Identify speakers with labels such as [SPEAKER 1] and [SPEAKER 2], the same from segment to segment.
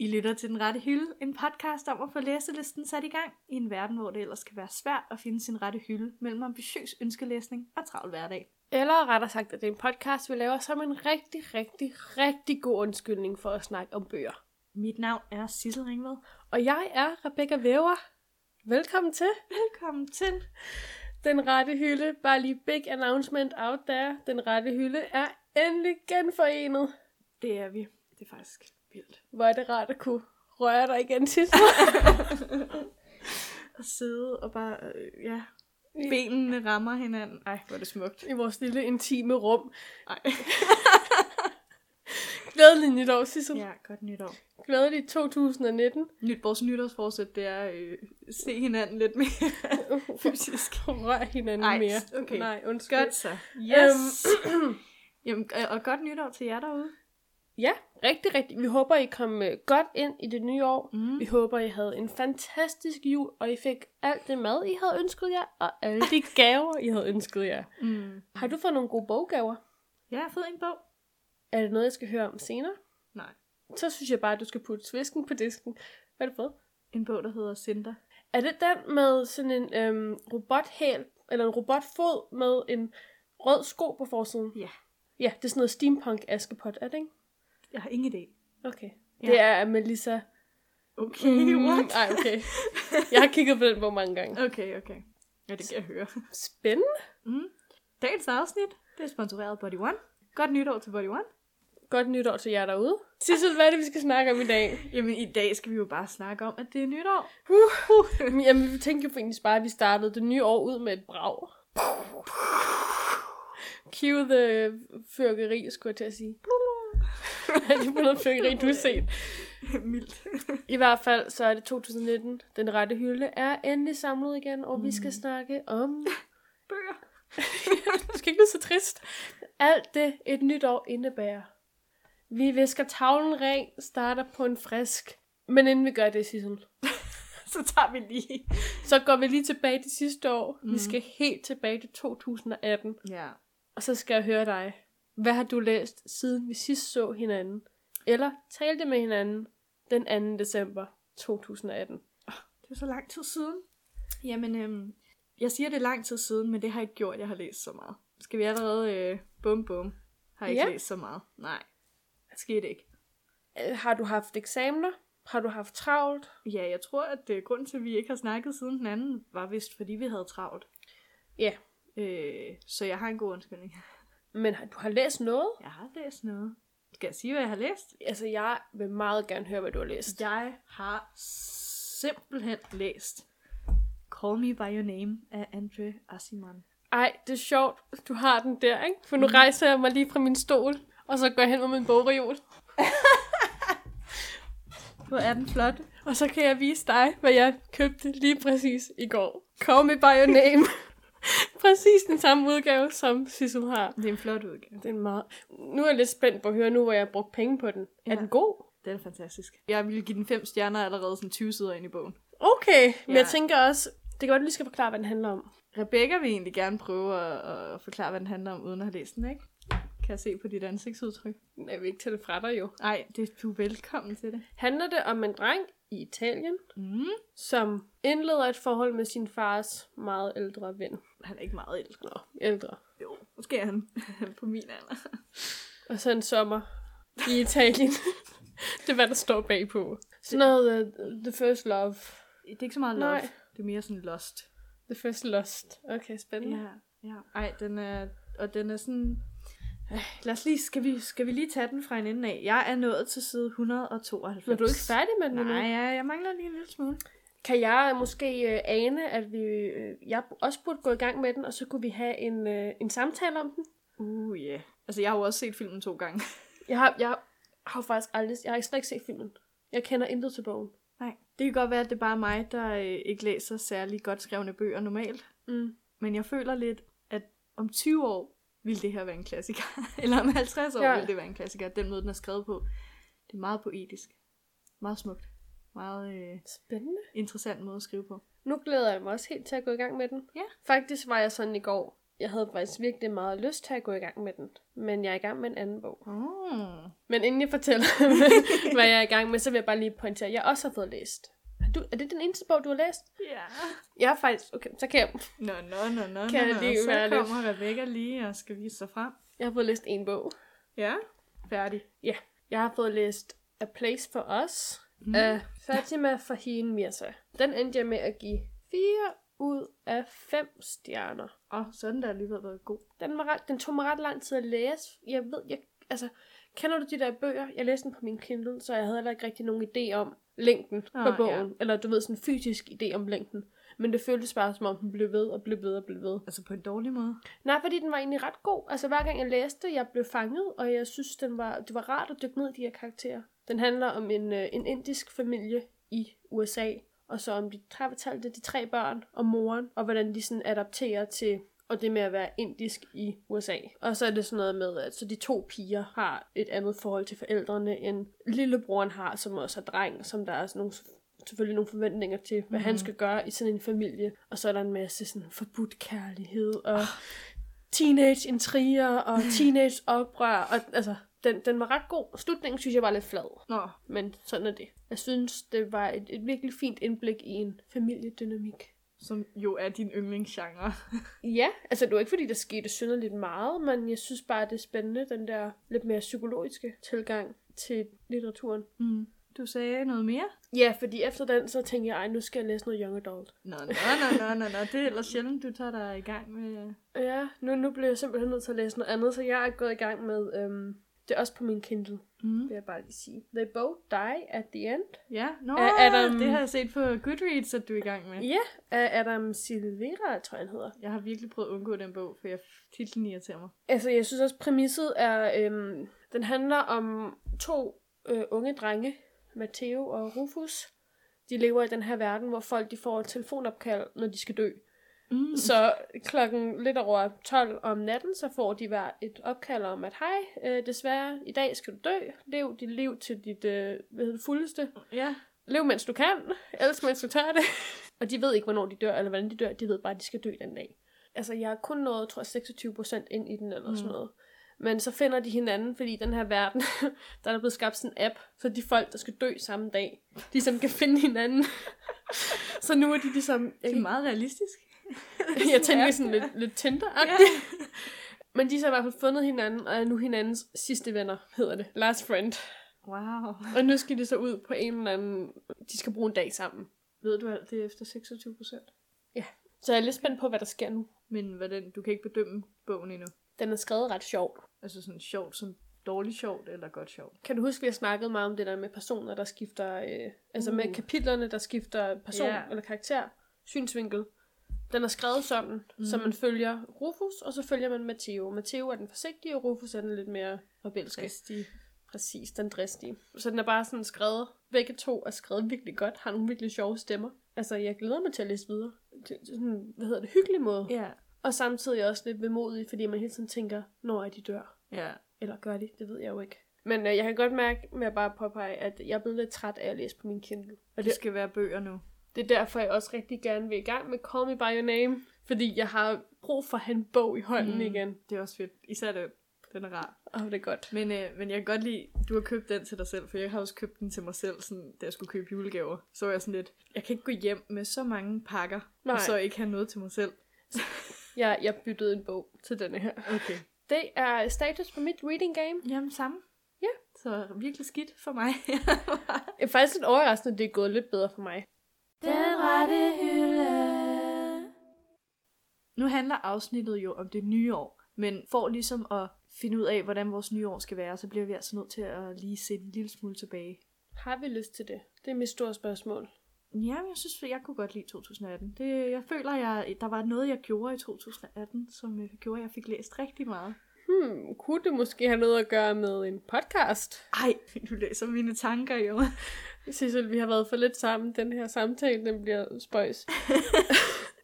[SPEAKER 1] lytter til Den Rette Hylde, en podcast om at få læselisten sat i gang i en verden, hvor det ellers kan være svært at finde sin rette hylde mellem ambitiøs ønskelæsning og travl hverdag.
[SPEAKER 2] Eller rettere sagt, at det er en podcast, vi laver som en rigtig, rigtig, rigtig god undskyldning for at snakke om bøger.
[SPEAKER 1] Mit navn er Sissel Ringved.
[SPEAKER 2] Og jeg er Rebecca Væver. Velkommen til
[SPEAKER 1] Velkommen til.
[SPEAKER 2] Den Rette Hylde. Bare lige big announcement out there. Den Rette Hylde er endelig genforenet.
[SPEAKER 1] Det er vi. Det er faktisk vildt
[SPEAKER 2] Hvor er det rart at kunne røre dig igen til.
[SPEAKER 1] at sidde og bare, øh, ja, benene rammer hinanden. Ej, hvor er det smukt.
[SPEAKER 2] I vores lille intime rum.
[SPEAKER 1] Ej.
[SPEAKER 2] Glædelig nytår, Sissel. Ja.
[SPEAKER 1] Ja, godt nytår.
[SPEAKER 2] Glædelig 2019.
[SPEAKER 1] Nyt, vores nytårsforsæt, det er øh, se hinanden lidt mere. Fysisk.
[SPEAKER 2] Rør hinanden
[SPEAKER 1] Ej,
[SPEAKER 2] mere.
[SPEAKER 1] okay.
[SPEAKER 2] Nej, undskyld.
[SPEAKER 1] Godt så. Yes. Øhm. Jamen, og- og godt nytår til jer derude.
[SPEAKER 2] Ja, rigtig, rigtig. Vi håber, I kom øh, godt ind i det nye år.
[SPEAKER 1] Mm.
[SPEAKER 2] Vi håber, I havde en fantastisk jul, og I fik alt det mad, I havde ønsket jer, og alle de gaver, I havde ønsket jer.
[SPEAKER 1] Mm.
[SPEAKER 2] Har du fået nogle gode boggaver?
[SPEAKER 1] Jeg har fået en bog.
[SPEAKER 2] Er det noget, jeg skal høre om senere?
[SPEAKER 1] Nej.
[SPEAKER 2] Så synes jeg bare, at du skal putte svisken på disken. Hvad har du fået?
[SPEAKER 1] En bog, der hedder Cinder.
[SPEAKER 2] Er det den med sådan en øhm, robothæl, eller en robotfod med en rød sko på forsiden?
[SPEAKER 1] Ja.
[SPEAKER 2] Ja, det er sådan noget steampunk Askepot, er det ikke?
[SPEAKER 1] Jeg har ingen idé.
[SPEAKER 2] Okay.
[SPEAKER 1] Ja.
[SPEAKER 2] Ja. Det er af Melissa
[SPEAKER 1] Okay, what?
[SPEAKER 2] Mm, Ej, okay. Jeg har kigget på den bog mange gange.
[SPEAKER 1] Okay, okay. Ja, det kan jeg høre.
[SPEAKER 2] Spændende.
[SPEAKER 1] Mm. Dagens afsnit, det er sponsoreret af Body One. Godt nytår til Body One.
[SPEAKER 2] Godt nytår til jer derude. Sissel, hvad er det, vi skal snakke om i dag?
[SPEAKER 1] Jamen, i dag skal vi jo bare snakke om, at det er nytår.
[SPEAKER 2] Jamen, vi tænkte jo egentlig bare, at vi startede det nye år ud med et brag. Cue the fyrkeri, skulle jeg til at sige. Er det på noget fyrkeri, du har set?
[SPEAKER 1] Mildt.
[SPEAKER 2] I hvert fald, så er det 2019. Den rette hylde er endelig samlet igen, og vi
[SPEAKER 1] Mm.
[SPEAKER 2] skal snakke om...
[SPEAKER 1] Bøger.
[SPEAKER 2] du skal ikke lyde så trist. Alt det, et nyt år indebærer. Vi visker tavlen ren, starter på en frisk. Men inden vi gør det, Sissel,
[SPEAKER 1] Så tager vi lige.
[SPEAKER 2] så går vi lige tilbage til sidste år. Mm.
[SPEAKER 1] Mhm.
[SPEAKER 2] Vi skal helt tilbage til 2018.
[SPEAKER 1] Ja.
[SPEAKER 2] Og så skal jeg høre dig. Hvad har du læst, siden vi sidst så hinanden? Eller talte med hinanden den 2. december 2018?
[SPEAKER 1] Det er så lang tid siden. Jamen, øhm, jeg siger, det er lang tid siden, men det har ikke gjort, at jeg har læst så meget. Skal vi allerede, øh, bum bum, har jeg ikke
[SPEAKER 2] Ja.
[SPEAKER 1] læst så meget. Nej, det skete ikke.
[SPEAKER 2] Øh, Har du haft eksamener? Har du haft travlt?
[SPEAKER 1] Ja, jeg tror, at øh, grunden til, at vi ikke har snakket siden den anden, var vist, fordi vi havde travlt.
[SPEAKER 2] Ja,
[SPEAKER 1] Øh, så jeg har en god undskyldning.
[SPEAKER 2] men har- du har læst noget?
[SPEAKER 1] Jeg har læst noget. Skal jeg sige, hvad jeg har læst?
[SPEAKER 2] Altså, jeg vil meget gerne høre, hvad du har læst.
[SPEAKER 1] Jeg har simpelthen læst Call Me By Your Name af Andre Asiman.
[SPEAKER 2] Ej, det er sjovt. Du har den der, ikke? For
[SPEAKER 1] Mhm.
[SPEAKER 2] nu rejser jeg mig lige fra min stol, og så går jeg hen med min bogreol.
[SPEAKER 1] Hvor er den flot?
[SPEAKER 2] Og så kan jeg vise dig, hvad jeg købte lige præcis i går. Call me by your name. præcis den samme udgave, som Sissel har.
[SPEAKER 1] Det er en flot udgave.
[SPEAKER 2] Den er meget... Nu er jeg lidt spændt på at høre nu, hvor jeg har brugt penge på den. Ja.
[SPEAKER 1] Ja.
[SPEAKER 2] Er den god?
[SPEAKER 1] Den er fantastisk. Jeg ville give den fem stjerner allerede sådan 20 sider ind i bogen.
[SPEAKER 2] Okay, men
[SPEAKER 1] Ja.
[SPEAKER 2] jeg tænker også, det kan godt, du lige skal forklare, hvad den handler om.
[SPEAKER 1] Rebecca vil egentlig gerne prøve at, at forklare, hvad den handler om, uden at have læst den, ikke? Kan jeg se på dit ansigtsudtryk?
[SPEAKER 2] Jeg vil ikke tage det fra dig jo.
[SPEAKER 1] Nej, det, du er velkommen til det.
[SPEAKER 2] Handler det om en dreng i Italien,
[SPEAKER 1] Mm.
[SPEAKER 2] som indleder et forhold med sin fars meget ældre ven.
[SPEAKER 1] Han er ikke meget ældre.
[SPEAKER 2] Nå, ældre.
[SPEAKER 1] Jo, måske er han på min alder.
[SPEAKER 2] Og så en sommer i Italien. det er, hvad der står bagpå. Sådan noget, uh, the first love.
[SPEAKER 1] Det er ikke så meget love. Nej.
[SPEAKER 2] Nej.
[SPEAKER 1] Det er mere sådan lost.
[SPEAKER 2] The first lust. Okay, spændende.
[SPEAKER 1] Ja, ja. Ej, den er, og den er sådan... Øh, lad os lige, skal vi, skal vi lige tage den fra en ende af? Jeg er nået til side 192.
[SPEAKER 2] Men er du ikke færdig med den endnu?
[SPEAKER 1] Nej, ja, jeg mangler lige en lille smule.
[SPEAKER 2] Kan jeg måske øh, ane, at vi, øh, jeg også burde gå i gang med den, og så kunne vi have en, øh, en samtale om den?
[SPEAKER 1] Uh, ja. Yeah. Altså, jeg har jo også set filmen to gange.
[SPEAKER 2] Jeg har, jeg har jo faktisk aldrig, jeg har slet ikke set filmen. Jeg kender intet til bogen.
[SPEAKER 1] Nej. Det kan godt være, at det er bare mig, der øh, ikke læser særlig godt skrevne bøger normalt.
[SPEAKER 2] Mm.
[SPEAKER 1] Men jeg føler lidt, at om 20 år ville det her være en klassiker. Eller om 50 år ja.
[SPEAKER 2] Ja.
[SPEAKER 1] ville det være en klassiker. Den måde, den er skrevet på. Det er meget poetisk. Meget smukt. Meget øh,
[SPEAKER 2] Spændende.
[SPEAKER 1] interessant måde at skrive på.
[SPEAKER 2] Nu glæder jeg mig også helt til at gå i gang med den.
[SPEAKER 1] Ja.
[SPEAKER 2] Faktisk var jeg sådan i går. Jeg havde faktisk virkelig meget lyst til at gå i gang med den, men jeg er i gang med en anden bog.
[SPEAKER 1] Mm.
[SPEAKER 2] Men inden jeg fortæller, hvad jeg er i gang med, så vil jeg bare lige pointere, at jeg også har fået læst. Har du, er det den eneste bog, du har læst?
[SPEAKER 1] Ja.
[SPEAKER 2] Jeg har faktisk... Okay, så kan jeg...
[SPEAKER 1] Nå, nå, nå, nå,
[SPEAKER 2] Kan
[SPEAKER 1] nå,
[SPEAKER 2] jeg
[SPEAKER 1] nå.
[SPEAKER 2] lige
[SPEAKER 1] Så
[SPEAKER 2] være lidt-
[SPEAKER 1] kommer Rebecca lige og skal vise sig frem.
[SPEAKER 2] Jeg har fået læst en bog.
[SPEAKER 1] Ja, færdig.
[SPEAKER 2] Ja. Jeg har fået læst A Place for Us mm. af Fatima Fahin Mirza. Den endte jeg med at give 4 ud af 5 stjerner.
[SPEAKER 1] Og sådan der alligevel været god.
[SPEAKER 2] Den, var ret, den tog mig ret lang tid at læse. Jeg ved, jeg, altså, kender du de der bøger? Jeg læste den på min Kindle, så jeg havde heller ikke rigtig nogen idé om længden ah,
[SPEAKER 1] Ah,
[SPEAKER 2] på bogen. Ja. Eller du ved, sådan en fysisk idé om længden. Men det føltes bare, som om den blev ved og blev ved og blev ved.
[SPEAKER 1] Altså på en dårlig måde.
[SPEAKER 2] Nej, fordi den var egentlig ret god. Altså hver gang jeg læste, jeg blev fanget, og jeg synes, den var, det var rart at dykke ned i de her karakterer. Den handler om en, øh, en indisk familie i USA, og så om de tre, fortalte de tre børn og moren, og hvordan de sådan adapterer til og det med at være indisk i USA. Og så er det sådan noget med, at så de to piger har et andet forhold til forældrene, end lillebroren har, som også er dreng, som der er sådan nogle selvfølgelig nogle forventninger til, hvad mm. han skal gøre i sådan en familie. Og så er der en masse sådan forbudt kærlighed og teenage-intriger og teenage-oprør. Og, altså, den, den var ret god. Slutningen synes jeg var lidt flad,
[SPEAKER 1] Nå,
[SPEAKER 2] men sådan er det. Jeg synes, det var et, et virkelig fint indblik i en familiedynamik.
[SPEAKER 1] som jo er din yndlingsgenre.
[SPEAKER 2] Ja, altså det var ikke fordi, der skete synderligt meget, men jeg synes bare, det er spændende, den der lidt mere psykologiske tilgang til litteraturen.
[SPEAKER 1] Mm. Du sagde noget mere?
[SPEAKER 2] Ja, fordi efter den, så tænkte jeg, ej, nu skal jeg læse noget young adult.
[SPEAKER 1] Nå, nå, nå, nå, nå, nå. Det er ellers sjældent, du tager dig i gang med...
[SPEAKER 2] Ja, nu, nu bliver jeg simpelthen nødt til at læse noget andet, så jeg er gået i gang med, øhm, det er også på min Kindle,
[SPEAKER 1] Mm.
[SPEAKER 2] vil jeg bare lige sige. They both die at the end.
[SPEAKER 1] Ja, nå,
[SPEAKER 2] Er- er der-
[SPEAKER 1] det har jeg set på Goodreads, at du er i gang med.
[SPEAKER 2] Ja, af Adam Silvera, tror jeg han hedder.
[SPEAKER 1] Jeg har virkelig prøvet at undgå den bog, for jeg titlen irriterer mig.
[SPEAKER 2] Altså, jeg synes også, præmisset er, øhm, den handler om to øh, unge drenge, Matteo og Rufus. De lever i den her verden, hvor folk de får et telefonopkald, når de skal dø.
[SPEAKER 1] Mm.
[SPEAKER 2] Så klokken lidt over 12 om natten, så får de hver et opkald om, at hej, øh, desværre, i dag skal du dø. Lev dit liv til dit øh, hvad hedder det, fuldeste.
[SPEAKER 1] Ja,
[SPEAKER 2] Lev mens du kan, ellers mens du tør det. og de ved ikke, hvornår de dør, eller hvordan de dør. De ved bare, at de skal dø den dag. Altså, jeg har kun nået, tror jeg, 26 procent ind i den, eller mm. sådan noget. Men så finder de hinanden, fordi i den her verden, der er der blevet skabt sådan en app, så de folk, der skal dø samme dag, de ligesom kan finde hinanden. så nu er de ligesom... Jeg
[SPEAKER 1] det
[SPEAKER 2] kan
[SPEAKER 1] er meget realistisk.
[SPEAKER 2] jeg tænker sådan lidt, lidt tinder ja. Men de har så i hvert fald fundet hinanden, og er nu hinandens sidste venner, hedder det. Last friend.
[SPEAKER 1] Wow.
[SPEAKER 2] Og nu skal de så ud på en eller anden... De skal bruge en dag sammen.
[SPEAKER 1] Ved du alt det efter 26 procent?
[SPEAKER 2] Så jeg er lidt spændt på, hvad der sker nu.
[SPEAKER 1] Men hvordan, du kan ikke bedømme bogen endnu.
[SPEAKER 2] Den er skrevet ret sjovt.
[SPEAKER 1] Altså sådan sjovt som dårligt sjovt, eller godt sjovt.
[SPEAKER 2] Kan du huske, vi har snakket meget om det der med personer, der skifter... Øh, altså
[SPEAKER 1] Mm.
[SPEAKER 2] med kapitlerne, der skifter person
[SPEAKER 1] Ja.
[SPEAKER 2] yeah. eller karakter. Synsvinkel. Den er skrevet sådan, mm. så man følger Rufus, og så følger man Matteo. Matteo er den forsigtige, og Rufus er den lidt mere rebelske.
[SPEAKER 1] Rigtig.
[SPEAKER 2] Præcis, den dristige. Så den er bare sådan skrevet. Begge to er skrevet virkelig godt, har nogle virkelig sjove stemmer. Altså, jeg glæder mig til at læse videre. Det det er sådan, hvad hedder det, hyggelig måde.
[SPEAKER 1] Ja.
[SPEAKER 2] Og samtidig også lidt vemodig, fordi man hele tiden tænker, når er de dør?
[SPEAKER 1] Ja.
[SPEAKER 2] Eller gør de? Det ved jeg jo ikke. Men øh, jeg kan godt mærke med at bare påpege, at jeg er blevet lidt træt af at læse på min Kindle.
[SPEAKER 1] Og det skal være bøger nu.
[SPEAKER 2] Det er derfor, jeg også rigtig gerne vil i gang med Call Me By Your Name. Fordi jeg har brug for at have en bog i hånden mm. igen.
[SPEAKER 1] Det er også fedt. Især den. Den er rar.
[SPEAKER 2] Åh, oh, det er godt.
[SPEAKER 1] Men, øh, men jeg kan godt lide, du har købt den til dig selv, for jeg har også købt den til mig selv, sådan, da jeg skulle købe julegaver. Så var jeg sådan lidt, jeg kan ikke gå hjem med så mange pakker, Nej.
[SPEAKER 2] Nej.
[SPEAKER 1] og så ikke have noget til mig selv.
[SPEAKER 2] Jeg, jeg byttede en bog til denne her.
[SPEAKER 1] Okay.
[SPEAKER 2] Det er status på mit reading game.
[SPEAKER 1] Jamen samme.
[SPEAKER 2] Ja.
[SPEAKER 1] Så virkelig skidt for mig.
[SPEAKER 2] Det er faktisk lidt overraskende, at det er gået lidt bedre for mig.
[SPEAKER 1] Den rette hylde. Nu handler afsnittet jo om det nye år, men for ligesom at finde ud af, hvordan vores nye år skal være, så bliver vi altså nødt til at lige se en lille smule tilbage.
[SPEAKER 2] Har vi lyst til det? Det er mit store spørgsmål.
[SPEAKER 1] Jamen, jeg synes, jeg kunne godt lide 2018. Det, jeg føler, jeg, der var noget, jeg gjorde i 2018, som øh, gjorde, at jeg fik læst rigtig meget.
[SPEAKER 2] Hmm, kunne det måske have noget at gøre med en podcast?
[SPEAKER 1] Ej, du læser mine tanker jo.
[SPEAKER 2] Sissel, vi har været for lidt sammen. Den her samtale, den bliver spøjs.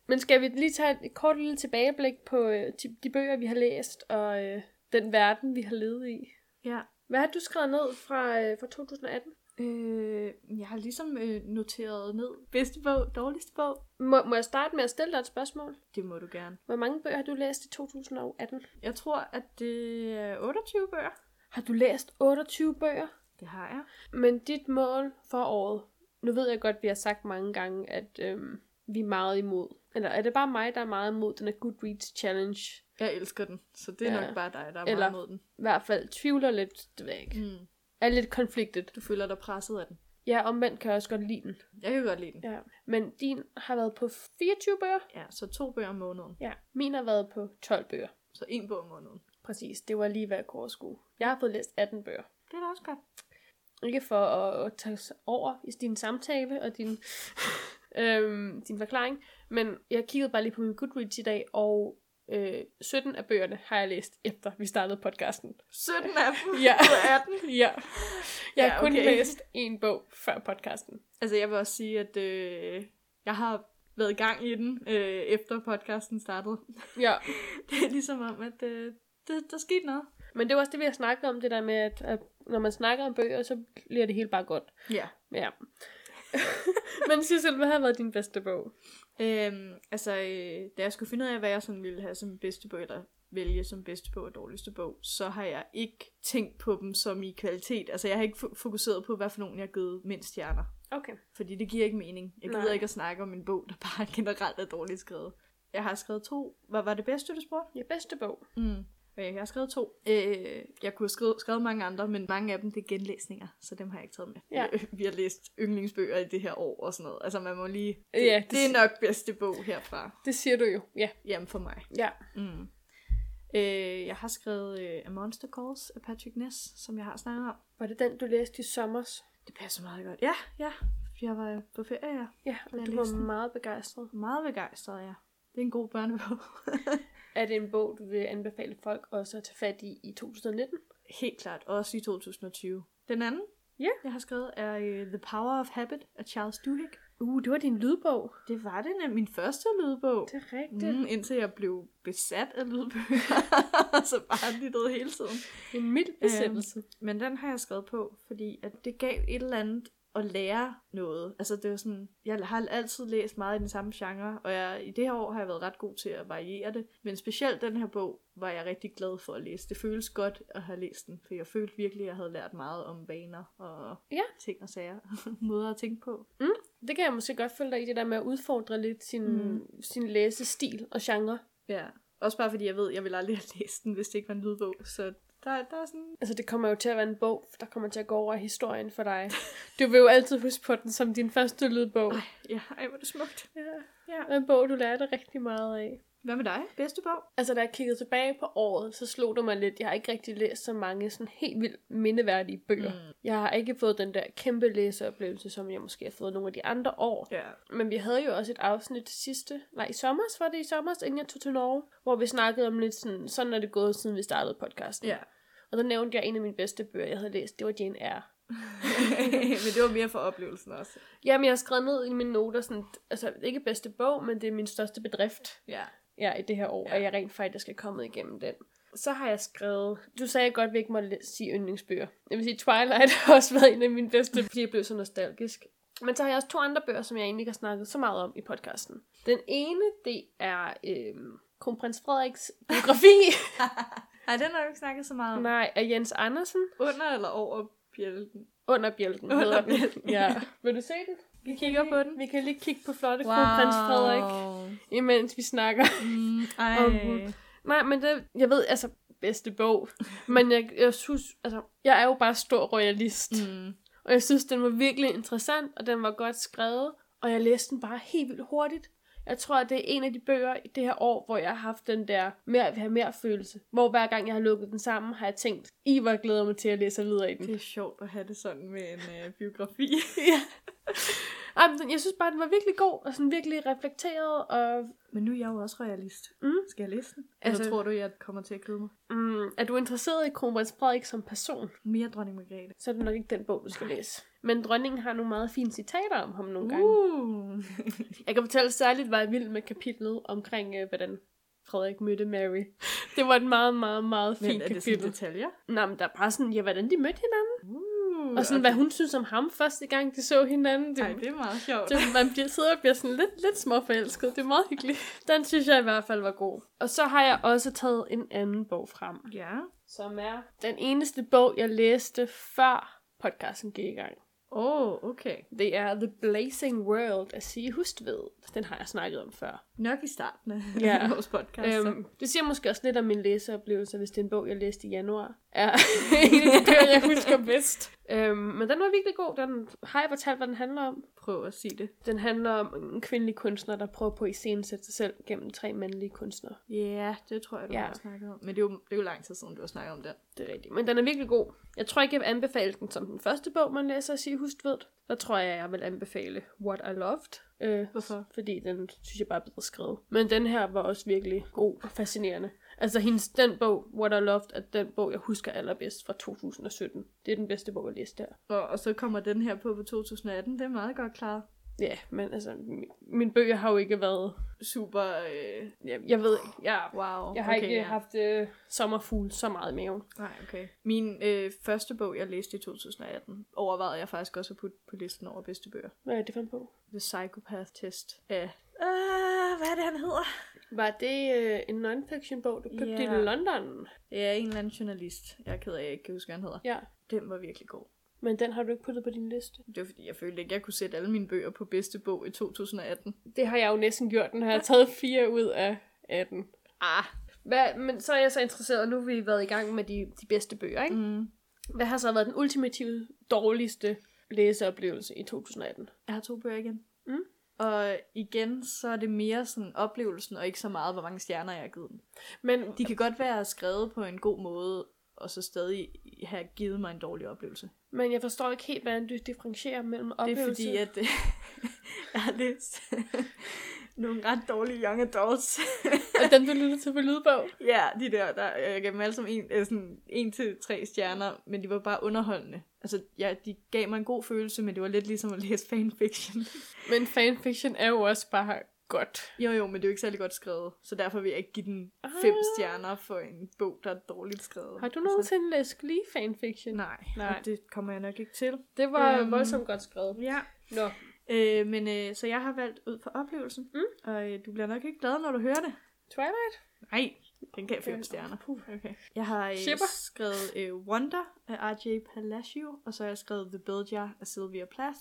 [SPEAKER 2] Men skal vi lige tage et kort lille tilbageblik på øh, de, de bøger, vi har læst, og øh, den verden, vi har levet i?
[SPEAKER 1] Ja,
[SPEAKER 2] Hvad har du skrevet ned fra, øh, fra 2018?
[SPEAKER 1] Øh, jeg har ligesom øh, noteret ned bedste bog, dårligste bog.
[SPEAKER 2] Må, må jeg starte med at stille dig et spørgsmål?
[SPEAKER 1] Det må du gerne.
[SPEAKER 2] Hvor mange bøger har du læst i 2018?
[SPEAKER 1] Jeg tror, at det er 28 bøger.
[SPEAKER 2] Har du læst 28 bøger?
[SPEAKER 1] Det har jeg.
[SPEAKER 2] Men dit mål for året, nu ved jeg godt, at vi har sagt mange gange, at øhm, vi er meget imod. Eller er det bare mig, der er meget imod den her Goodreads Challenge?
[SPEAKER 1] Jeg elsker den, så det er
[SPEAKER 2] Ja.
[SPEAKER 1] nok bare dig, der er
[SPEAKER 2] Eller-
[SPEAKER 1] meget mod den.
[SPEAKER 2] I hvert fald tvivler lidt, det ved jeg ikke.
[SPEAKER 1] Mm.
[SPEAKER 2] Er lidt konfliktet.
[SPEAKER 1] Du føler dig presset af den.
[SPEAKER 2] Ja, omvendt kan jeg også godt lide den.
[SPEAKER 1] Jeg kan godt lide den.
[SPEAKER 2] Ja. Men din har været på 24 bøger.
[SPEAKER 1] Ja, så to bøger om måneden.
[SPEAKER 2] Ja. Min har været på 12 bøger.
[SPEAKER 1] Så en bog om måneden.
[SPEAKER 2] Præcis, det var lige hvad jeg kunne overskue. Jeg har fået læst 18 bøger.
[SPEAKER 1] Det er da også godt.
[SPEAKER 2] Ikke for at, at tage sig over i din samtale og din, øhm, din forklaring, men jeg kiggede bare lige på min Goodreads i dag, og øh, 17 af bøgerne har jeg læst, efter vi startede podcasten.
[SPEAKER 1] 17 af dem.
[SPEAKER 2] Ja.
[SPEAKER 1] ud af 18.
[SPEAKER 2] Ja, jeg har
[SPEAKER 1] Ja,
[SPEAKER 2] kun
[SPEAKER 1] okay.
[SPEAKER 2] læst en bog før podcasten.
[SPEAKER 1] Altså, jeg vil også sige, at øh, jeg har været i gang i den, øh, efter podcasten startede.
[SPEAKER 2] Ja,
[SPEAKER 1] Det er ligesom om, at øh, det, der skete noget.
[SPEAKER 2] men det var også det, vi har snakket om, det der med, at, at når man snakker om bøger, så bliver det hele bare godt.
[SPEAKER 1] Ja.
[SPEAKER 2] Ja. men Sissel, hvad har været din bedste bog?
[SPEAKER 1] Øhm, altså, øh, da jeg skulle finde ud af, hvad jeg sådan ville have som bedste bog, eller vælge som bedste bog og dårligste bog, så har jeg ikke tænkt på dem som i kvalitet. Altså, jeg har ikke fo- fokuseret på, hvad for nogen jeg har givet mindst stjerner.
[SPEAKER 2] Okay.
[SPEAKER 1] Fordi det giver ikke mening. Jeg gider
[SPEAKER 2] Nej.
[SPEAKER 1] ikke at snakke om en bog, der bare generelt er dårligt skrevet. Jeg har skrevet to. Hvad var det bedste, du spurgte?
[SPEAKER 2] Min bedste bog?
[SPEAKER 1] Mm. Øh, Jeg har skrevet to. Øh, jeg kunne have skrevet, skrevet mange andre, men mange af dem det er genlæsninger, så dem har jeg ikke taget med.
[SPEAKER 2] Ja.
[SPEAKER 1] Øh, Vi har læst yndlingsbøger i det her år og sådan noget. Altså man må lige...
[SPEAKER 2] Ja,
[SPEAKER 1] Det,
[SPEAKER 2] det
[SPEAKER 1] det, det er nok bedste bog herfra.
[SPEAKER 2] Det siger du jo. Ja.
[SPEAKER 1] Jamen for mig.
[SPEAKER 2] Ja.
[SPEAKER 1] Mm. Øh, jeg har skrevet øh, A Monster Calls af Patrick Ness, som jeg har snakket om.
[SPEAKER 2] Var det den, du læste i sommers?
[SPEAKER 1] Det passer meget godt. Ja, ja. Jeg var på ferie, ja.
[SPEAKER 2] Ja, og
[SPEAKER 1] Jeg
[SPEAKER 2] du
[SPEAKER 1] læste
[SPEAKER 2] var
[SPEAKER 1] den.
[SPEAKER 2] meget begejstret.
[SPEAKER 1] Meget begejstret, ja. Det er en god børnebog.
[SPEAKER 2] Er det en bog, du vil anbefale folk også at tage fat i i 2019?
[SPEAKER 1] Helt klart, også i 2020. Den anden,
[SPEAKER 2] Ja.
[SPEAKER 1] jeg har skrevet, er øh, The Power of Habit af Charles Duhigg.
[SPEAKER 2] Uh, det var din lydbog.
[SPEAKER 1] Det var det nemlig min første lydbog.
[SPEAKER 2] Det er rigtigt.
[SPEAKER 1] Mm, indtil jeg blev besat af lydbøger, så bare lyttede hele tiden.
[SPEAKER 2] Mm. En mild besættelse. Øhm.
[SPEAKER 1] Men den har jeg skrevet på, fordi at det gav et eller andet at lære noget. Altså det var sådan, jeg har altid læst meget i den samme genre, og jeg, i det her år har jeg været ret god til at variere det. Men specielt den her bog var jeg rigtig glad for at læse. Det føles godt at have læst den, for jeg følte virkelig, at jeg havde lært meget om vaner og
[SPEAKER 2] Ja.
[SPEAKER 1] ting og sager, måder at tænke på.
[SPEAKER 2] Det kan jeg måske godt følge dig i, det der med at udfordre lidt sin, mm.
[SPEAKER 1] Mm.
[SPEAKER 2] sin læsestil og genre.
[SPEAKER 1] Ja, også bare fordi jeg ved, at jeg ville aldrig have læst den, hvis det ikke var en lydbog. Så der, der er sådan...
[SPEAKER 2] Altså, det kommer jo til at være en bog, der kommer til at gå over i historien for dig. Du vil jo altid huske på den som din første lydbog.
[SPEAKER 1] Ej, ja, ej, hvor er det smukt.
[SPEAKER 2] Ja.
[SPEAKER 1] Ja.
[SPEAKER 2] En bog, du lærte rigtig meget af.
[SPEAKER 1] Hvad med dig? Bedste bog?
[SPEAKER 2] Altså, da jeg kiggede tilbage på året, så slog det mig lidt. Jeg har ikke rigtig læst så mange sådan helt vildt mindeværdige bøger. Mm. Jeg har ikke fået den der kæmpe læseoplevelse, som jeg måske har fået nogle af de andre år.
[SPEAKER 1] Ja.
[SPEAKER 2] Men vi havde jo også et afsnit sidste, nej i sommer, var det i sommer, inden jeg tog til Norge, hvor vi snakkede om lidt sådan, sådan er det gået, siden vi startede podcasten.
[SPEAKER 1] Ja.
[SPEAKER 2] Og der nævnte jeg en af mine bedste bøger, jeg havde læst, det var Jane Eyre.
[SPEAKER 1] Men det var mere for oplevelsen også.
[SPEAKER 2] Jamen, jeg har skrevet ned i mine noter, sådan, altså ikke bedste bog, men det er min største bedrift.
[SPEAKER 1] Ja.
[SPEAKER 2] ja, i det her år, ja.
[SPEAKER 1] Ja.
[SPEAKER 2] at jeg rent faktisk er kommet igennem den. Så har jeg skrevet... Du sagde godt, at vi ikke måtte læ- sige yndlingsbøger. Jeg vil sige, Twilight har også været en af mine bedste, fordi jeg blev så nostalgisk. Men så har jeg også to andre bøger, som jeg egentlig ikke har snakket så meget om i podcasten. Den ene, det er øhm, Kronprins Frederiks biografi.
[SPEAKER 1] Ej, den har du ikke snakket så meget om.
[SPEAKER 2] Nej, af Jens Andersen.
[SPEAKER 1] Under eller over bjælken?
[SPEAKER 2] Under bjælken
[SPEAKER 1] Under
[SPEAKER 2] hedder den.
[SPEAKER 1] bjælken.
[SPEAKER 2] Ja. Vil du se den? Vi
[SPEAKER 1] kigger på den.
[SPEAKER 2] Vi kan lige kigge på flotte wow. Kronprins Frederik, imens vi snakker.
[SPEAKER 1] Mm, ej.
[SPEAKER 2] Om Gud. Nej, men det, jeg ved, altså, bedste bog. Men jeg, jeg synes, altså, jeg er jo bare stor royalist. Mm.
[SPEAKER 1] Mm.
[SPEAKER 2] Og jeg synes, den var virkelig interessant, og den var godt skrevet. Og jeg læste den bare helt vildt hurtigt. Jeg tror, at det er en af de bøger i det her år, hvor jeg har haft den der mere, jeg vil have mere følelse. Hvor hver gang jeg har lukket den sammen, har jeg tænkt, I hvor glæder jeg mig til at læse videre i den.
[SPEAKER 1] Det er sjovt at have det sådan med en øh, biografi.
[SPEAKER 2] ja. Ej, men den- jeg synes bare, den var virkelig god, og sådan virkelig reflekteret, og
[SPEAKER 1] Men nu er jeg jo også realist.
[SPEAKER 2] Mm.
[SPEAKER 1] Skal jeg læse den?
[SPEAKER 2] Altså-
[SPEAKER 1] Altså, tror du, jeg kommer til at kede mig?
[SPEAKER 2] mm, er du interesseret i Kronprins Frederik som person?
[SPEAKER 1] Mere dronning Margrethe.
[SPEAKER 2] så er det nok ikke den bog, du skal læse. Men dronningen har nogle meget fine citater om ham nogle gange.
[SPEAKER 1] Uh.
[SPEAKER 2] Jeg kan fortælle særligt, var jeg vild med kapitlet omkring, øh, hvordan Frederik mødte Mary. Det var et meget, meget, meget
[SPEAKER 1] Men
[SPEAKER 2] fint
[SPEAKER 1] er det sådan
[SPEAKER 2] kapitel.
[SPEAKER 1] detaljer?
[SPEAKER 2] Nå, men der er bare sådan, ja, hvordan de mødte hinanden.
[SPEAKER 1] Uh. Uh,
[SPEAKER 2] Og sådan,
[SPEAKER 1] okay.
[SPEAKER 2] hvad hun synes om ham første gang, de så hinanden. Det,
[SPEAKER 1] Ej, det er meget sjovt.
[SPEAKER 2] det, man bliver, sidder og bliver sådan lidt, lidt småforelsket. Det er meget hyggeligt. Den synes jeg i hvert fald var god. Og så har jeg også taget en anden bog frem.
[SPEAKER 1] Ja.
[SPEAKER 2] Som er den eneste bog, jeg læste før podcasten gik i gang.
[SPEAKER 1] Åh, oh, okay.
[SPEAKER 2] Det er The Blazing World af Sige Hustved. Den har jeg snakket om før.
[SPEAKER 1] Nok i starten af
[SPEAKER 2] Ja.
[SPEAKER 1] vores podcast. så.
[SPEAKER 2] Øhm, det siger måske også lidt om min læseoplevelse, hvis det er en bog, jeg læste i januar. Er en af de bøger, jeg husker bedst. Øhm, men den var virkelig god. Den har jeg fortalt, hvad den handler om.
[SPEAKER 1] Prøv at sige det.
[SPEAKER 2] Den handler om en kvindelig kunstner, der prøver på at iscenesætte sig selv gennem tre mandlige kunstnere.
[SPEAKER 1] Ja, yeah, det tror jeg, du
[SPEAKER 2] Ja.
[SPEAKER 1] yeah. har snakket om. Men det er, jo, det er jo lang tid siden, du har snakket om den.
[SPEAKER 2] Det er rigtigt. Men den er virkelig god. Jeg tror ikke, jeg vil anbefale den som den første bog, man læser af Sige Hustved. Der tror jeg, jeg vil anbefale What I Loved. Øh,
[SPEAKER 1] Hvorfor?
[SPEAKER 2] fordi den synes jeg bare er bedre skrevet. Men den her var også virkelig god og fascinerende. Altså hendes, den bog, What I Loved, er den bog, jeg husker allerbedst fra 2017. Det er den bedste bog, jeg læste der.
[SPEAKER 1] Og, og så kommer den her på på 2018. Det er meget godt klaret.
[SPEAKER 2] Ja, men altså, mi- mine bøger har jo ikke været...
[SPEAKER 1] Super, øh,
[SPEAKER 2] Jeg, jeg ved ikke, jeg,
[SPEAKER 1] wow.
[SPEAKER 2] jeg har
[SPEAKER 1] okay,
[SPEAKER 2] ikke
[SPEAKER 1] ja.
[SPEAKER 2] haft øh, sommerfugl så meget i maven.
[SPEAKER 1] Nej, okay. Min øh, første bog, jeg læste i 2018, overvejede jeg faktisk også at putte på listen over bedste bøger.
[SPEAKER 2] Hvad er det for en bog?
[SPEAKER 1] The Psychopath Test af... Uh, hvad er det, han hedder?
[SPEAKER 2] Var det øh, en non-fiction bog, du købte
[SPEAKER 1] Ja.
[SPEAKER 2] i London?
[SPEAKER 1] Ja, en eller anden journalist. Jeg er ked af, at jeg ikke kan huske, hvad han hedder.
[SPEAKER 2] Ja.
[SPEAKER 1] Den var virkelig god.
[SPEAKER 2] Men den har du ikke puttet på din liste?
[SPEAKER 1] Det var fordi, jeg følte ikke, jeg kunne sætte alle mine bøger på bedste bog i 2018.
[SPEAKER 2] Det har jeg jo næsten gjort. Den har jeg taget fire ud af 18.
[SPEAKER 1] Ah.
[SPEAKER 2] Hvad, men så er jeg så interesseret, nu har vi været i gang med de, de bedste bøger, ikke?
[SPEAKER 1] Mm.
[SPEAKER 2] Hvad har så været den ultimative dårligste læseoplevelse i 2018?
[SPEAKER 1] Jeg har to bøger igen.
[SPEAKER 2] Mm.
[SPEAKER 1] Og igen, så er det mere sådan oplevelsen, og ikke så meget, hvor mange stjerner jeg har givet den.
[SPEAKER 2] Men
[SPEAKER 1] De kan godt være skrevet på en god måde, og så stadig have givet mig en dårlig oplevelse.
[SPEAKER 2] Men jeg forstår ikke helt, hvordan du differentierer mellem
[SPEAKER 1] Det
[SPEAKER 2] oplevelse.
[SPEAKER 1] er fordi, at øh, jeg har læst nogle ret dårlige young adults.
[SPEAKER 2] at den du lytter til på lydbog.
[SPEAKER 1] ja, de der, der jeg gav dem alle som en, øh, sådan en til tre stjerner, men de var bare underholdende. Altså, ja, de gav mig en god følelse, men det var lidt ligesom at læse fanfiction.
[SPEAKER 2] Men fanfiction er jo også bare godt.
[SPEAKER 1] Jo, jo, men det er jo ikke særlig godt skrevet, så derfor vil jeg ikke give den fem
[SPEAKER 2] Ah.
[SPEAKER 1] stjerner for en bog, der er dårligt skrevet. Altså,
[SPEAKER 2] Har du nogensinde læst Glee fanfiction?
[SPEAKER 1] Nej,
[SPEAKER 2] Nej.
[SPEAKER 1] Nej. Og det kommer jeg nok ikke til.
[SPEAKER 2] Det var
[SPEAKER 1] Øhm.
[SPEAKER 2] voldsomt godt skrevet.
[SPEAKER 1] Ja.
[SPEAKER 2] Nå.
[SPEAKER 1] Øh, men øh, så jeg har valgt ud for oplevelsen,
[SPEAKER 2] Mm.
[SPEAKER 1] og øh, du bliver nok ikke glad, når du hører det.
[SPEAKER 2] Twilight?
[SPEAKER 1] Nej, den gav fem
[SPEAKER 2] Øh,
[SPEAKER 1] stjerner.
[SPEAKER 2] puh.
[SPEAKER 1] Okay. Jeg har øh,
[SPEAKER 2] Shipper.
[SPEAKER 1] skrevet øh, Wonder af R.J. Palacio, og så har jeg skrevet The Bill Jar af Sylvia Plath.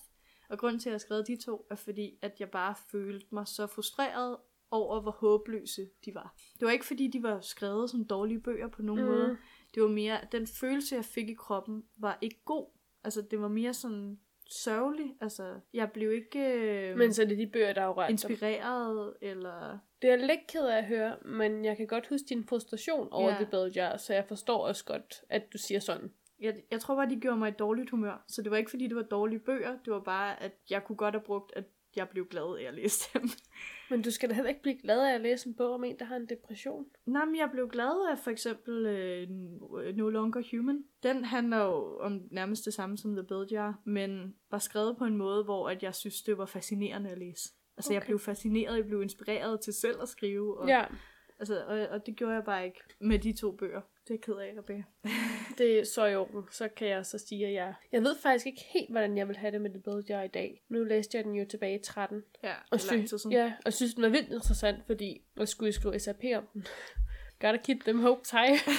[SPEAKER 1] Og grunden til, at jeg har skrevet de to, er fordi, at jeg bare følte mig så frustreret over, hvor håbløse de var. Det var ikke, fordi de var skrevet som dårlige bøger på nogen
[SPEAKER 2] Mm.
[SPEAKER 1] mm. måde. Det var mere, at den følelse, jeg fik i kroppen, var ikke god. Altså, det var mere sådan sørgelig. Altså, jeg blev ikke øh,
[SPEAKER 2] Men så er det de bøger, der har rørt dig.
[SPEAKER 1] inspireret, eller...
[SPEAKER 2] Det er jeg lidt ked af at høre, men jeg kan godt huske din frustration over
[SPEAKER 1] Ja.
[SPEAKER 2] det bad jar, så jeg forstår også godt, at du siger sådan.
[SPEAKER 1] Jeg, jeg tror bare, de gjorde mig i dårligt humør. Så det var ikke, fordi det var dårlige bøger. Det var bare, at jeg kunne godt have brugt, at jeg blev glad af at læse dem.
[SPEAKER 2] Men du skal da heller ikke blive glad af at læse en bog om en, der har en depression.
[SPEAKER 1] Nej, men jeg blev glad af for eksempel øh, No Longer Human. Den handler jo om nærmest det samme som The Bill Jar, men var skrevet på en måde, hvor at jeg synes, det var fascinerende at læse. Altså, okay. jeg
[SPEAKER 2] Okay.
[SPEAKER 1] blev fascineret, jeg blev inspireret til selv at skrive, og,
[SPEAKER 2] Ja,
[SPEAKER 1] altså, og, og det gjorde jeg bare ikke med de to bøger. Det er jeg ked af, Rebecca.
[SPEAKER 2] det er så i orden. Så kan jeg så sige, at jeg... Jeg ved faktisk ikke helt, hvordan jeg vil have det med det bad jar i dag. Nu læste jeg den jo tilbage i 13.
[SPEAKER 1] Ja,
[SPEAKER 2] Og,
[SPEAKER 1] det er lang
[SPEAKER 2] sy-
[SPEAKER 1] tid siden.
[SPEAKER 2] ja, og synes, den var vildt interessant, fordi jeg skulle skrive SAP om den. Gotta keep them hopes high.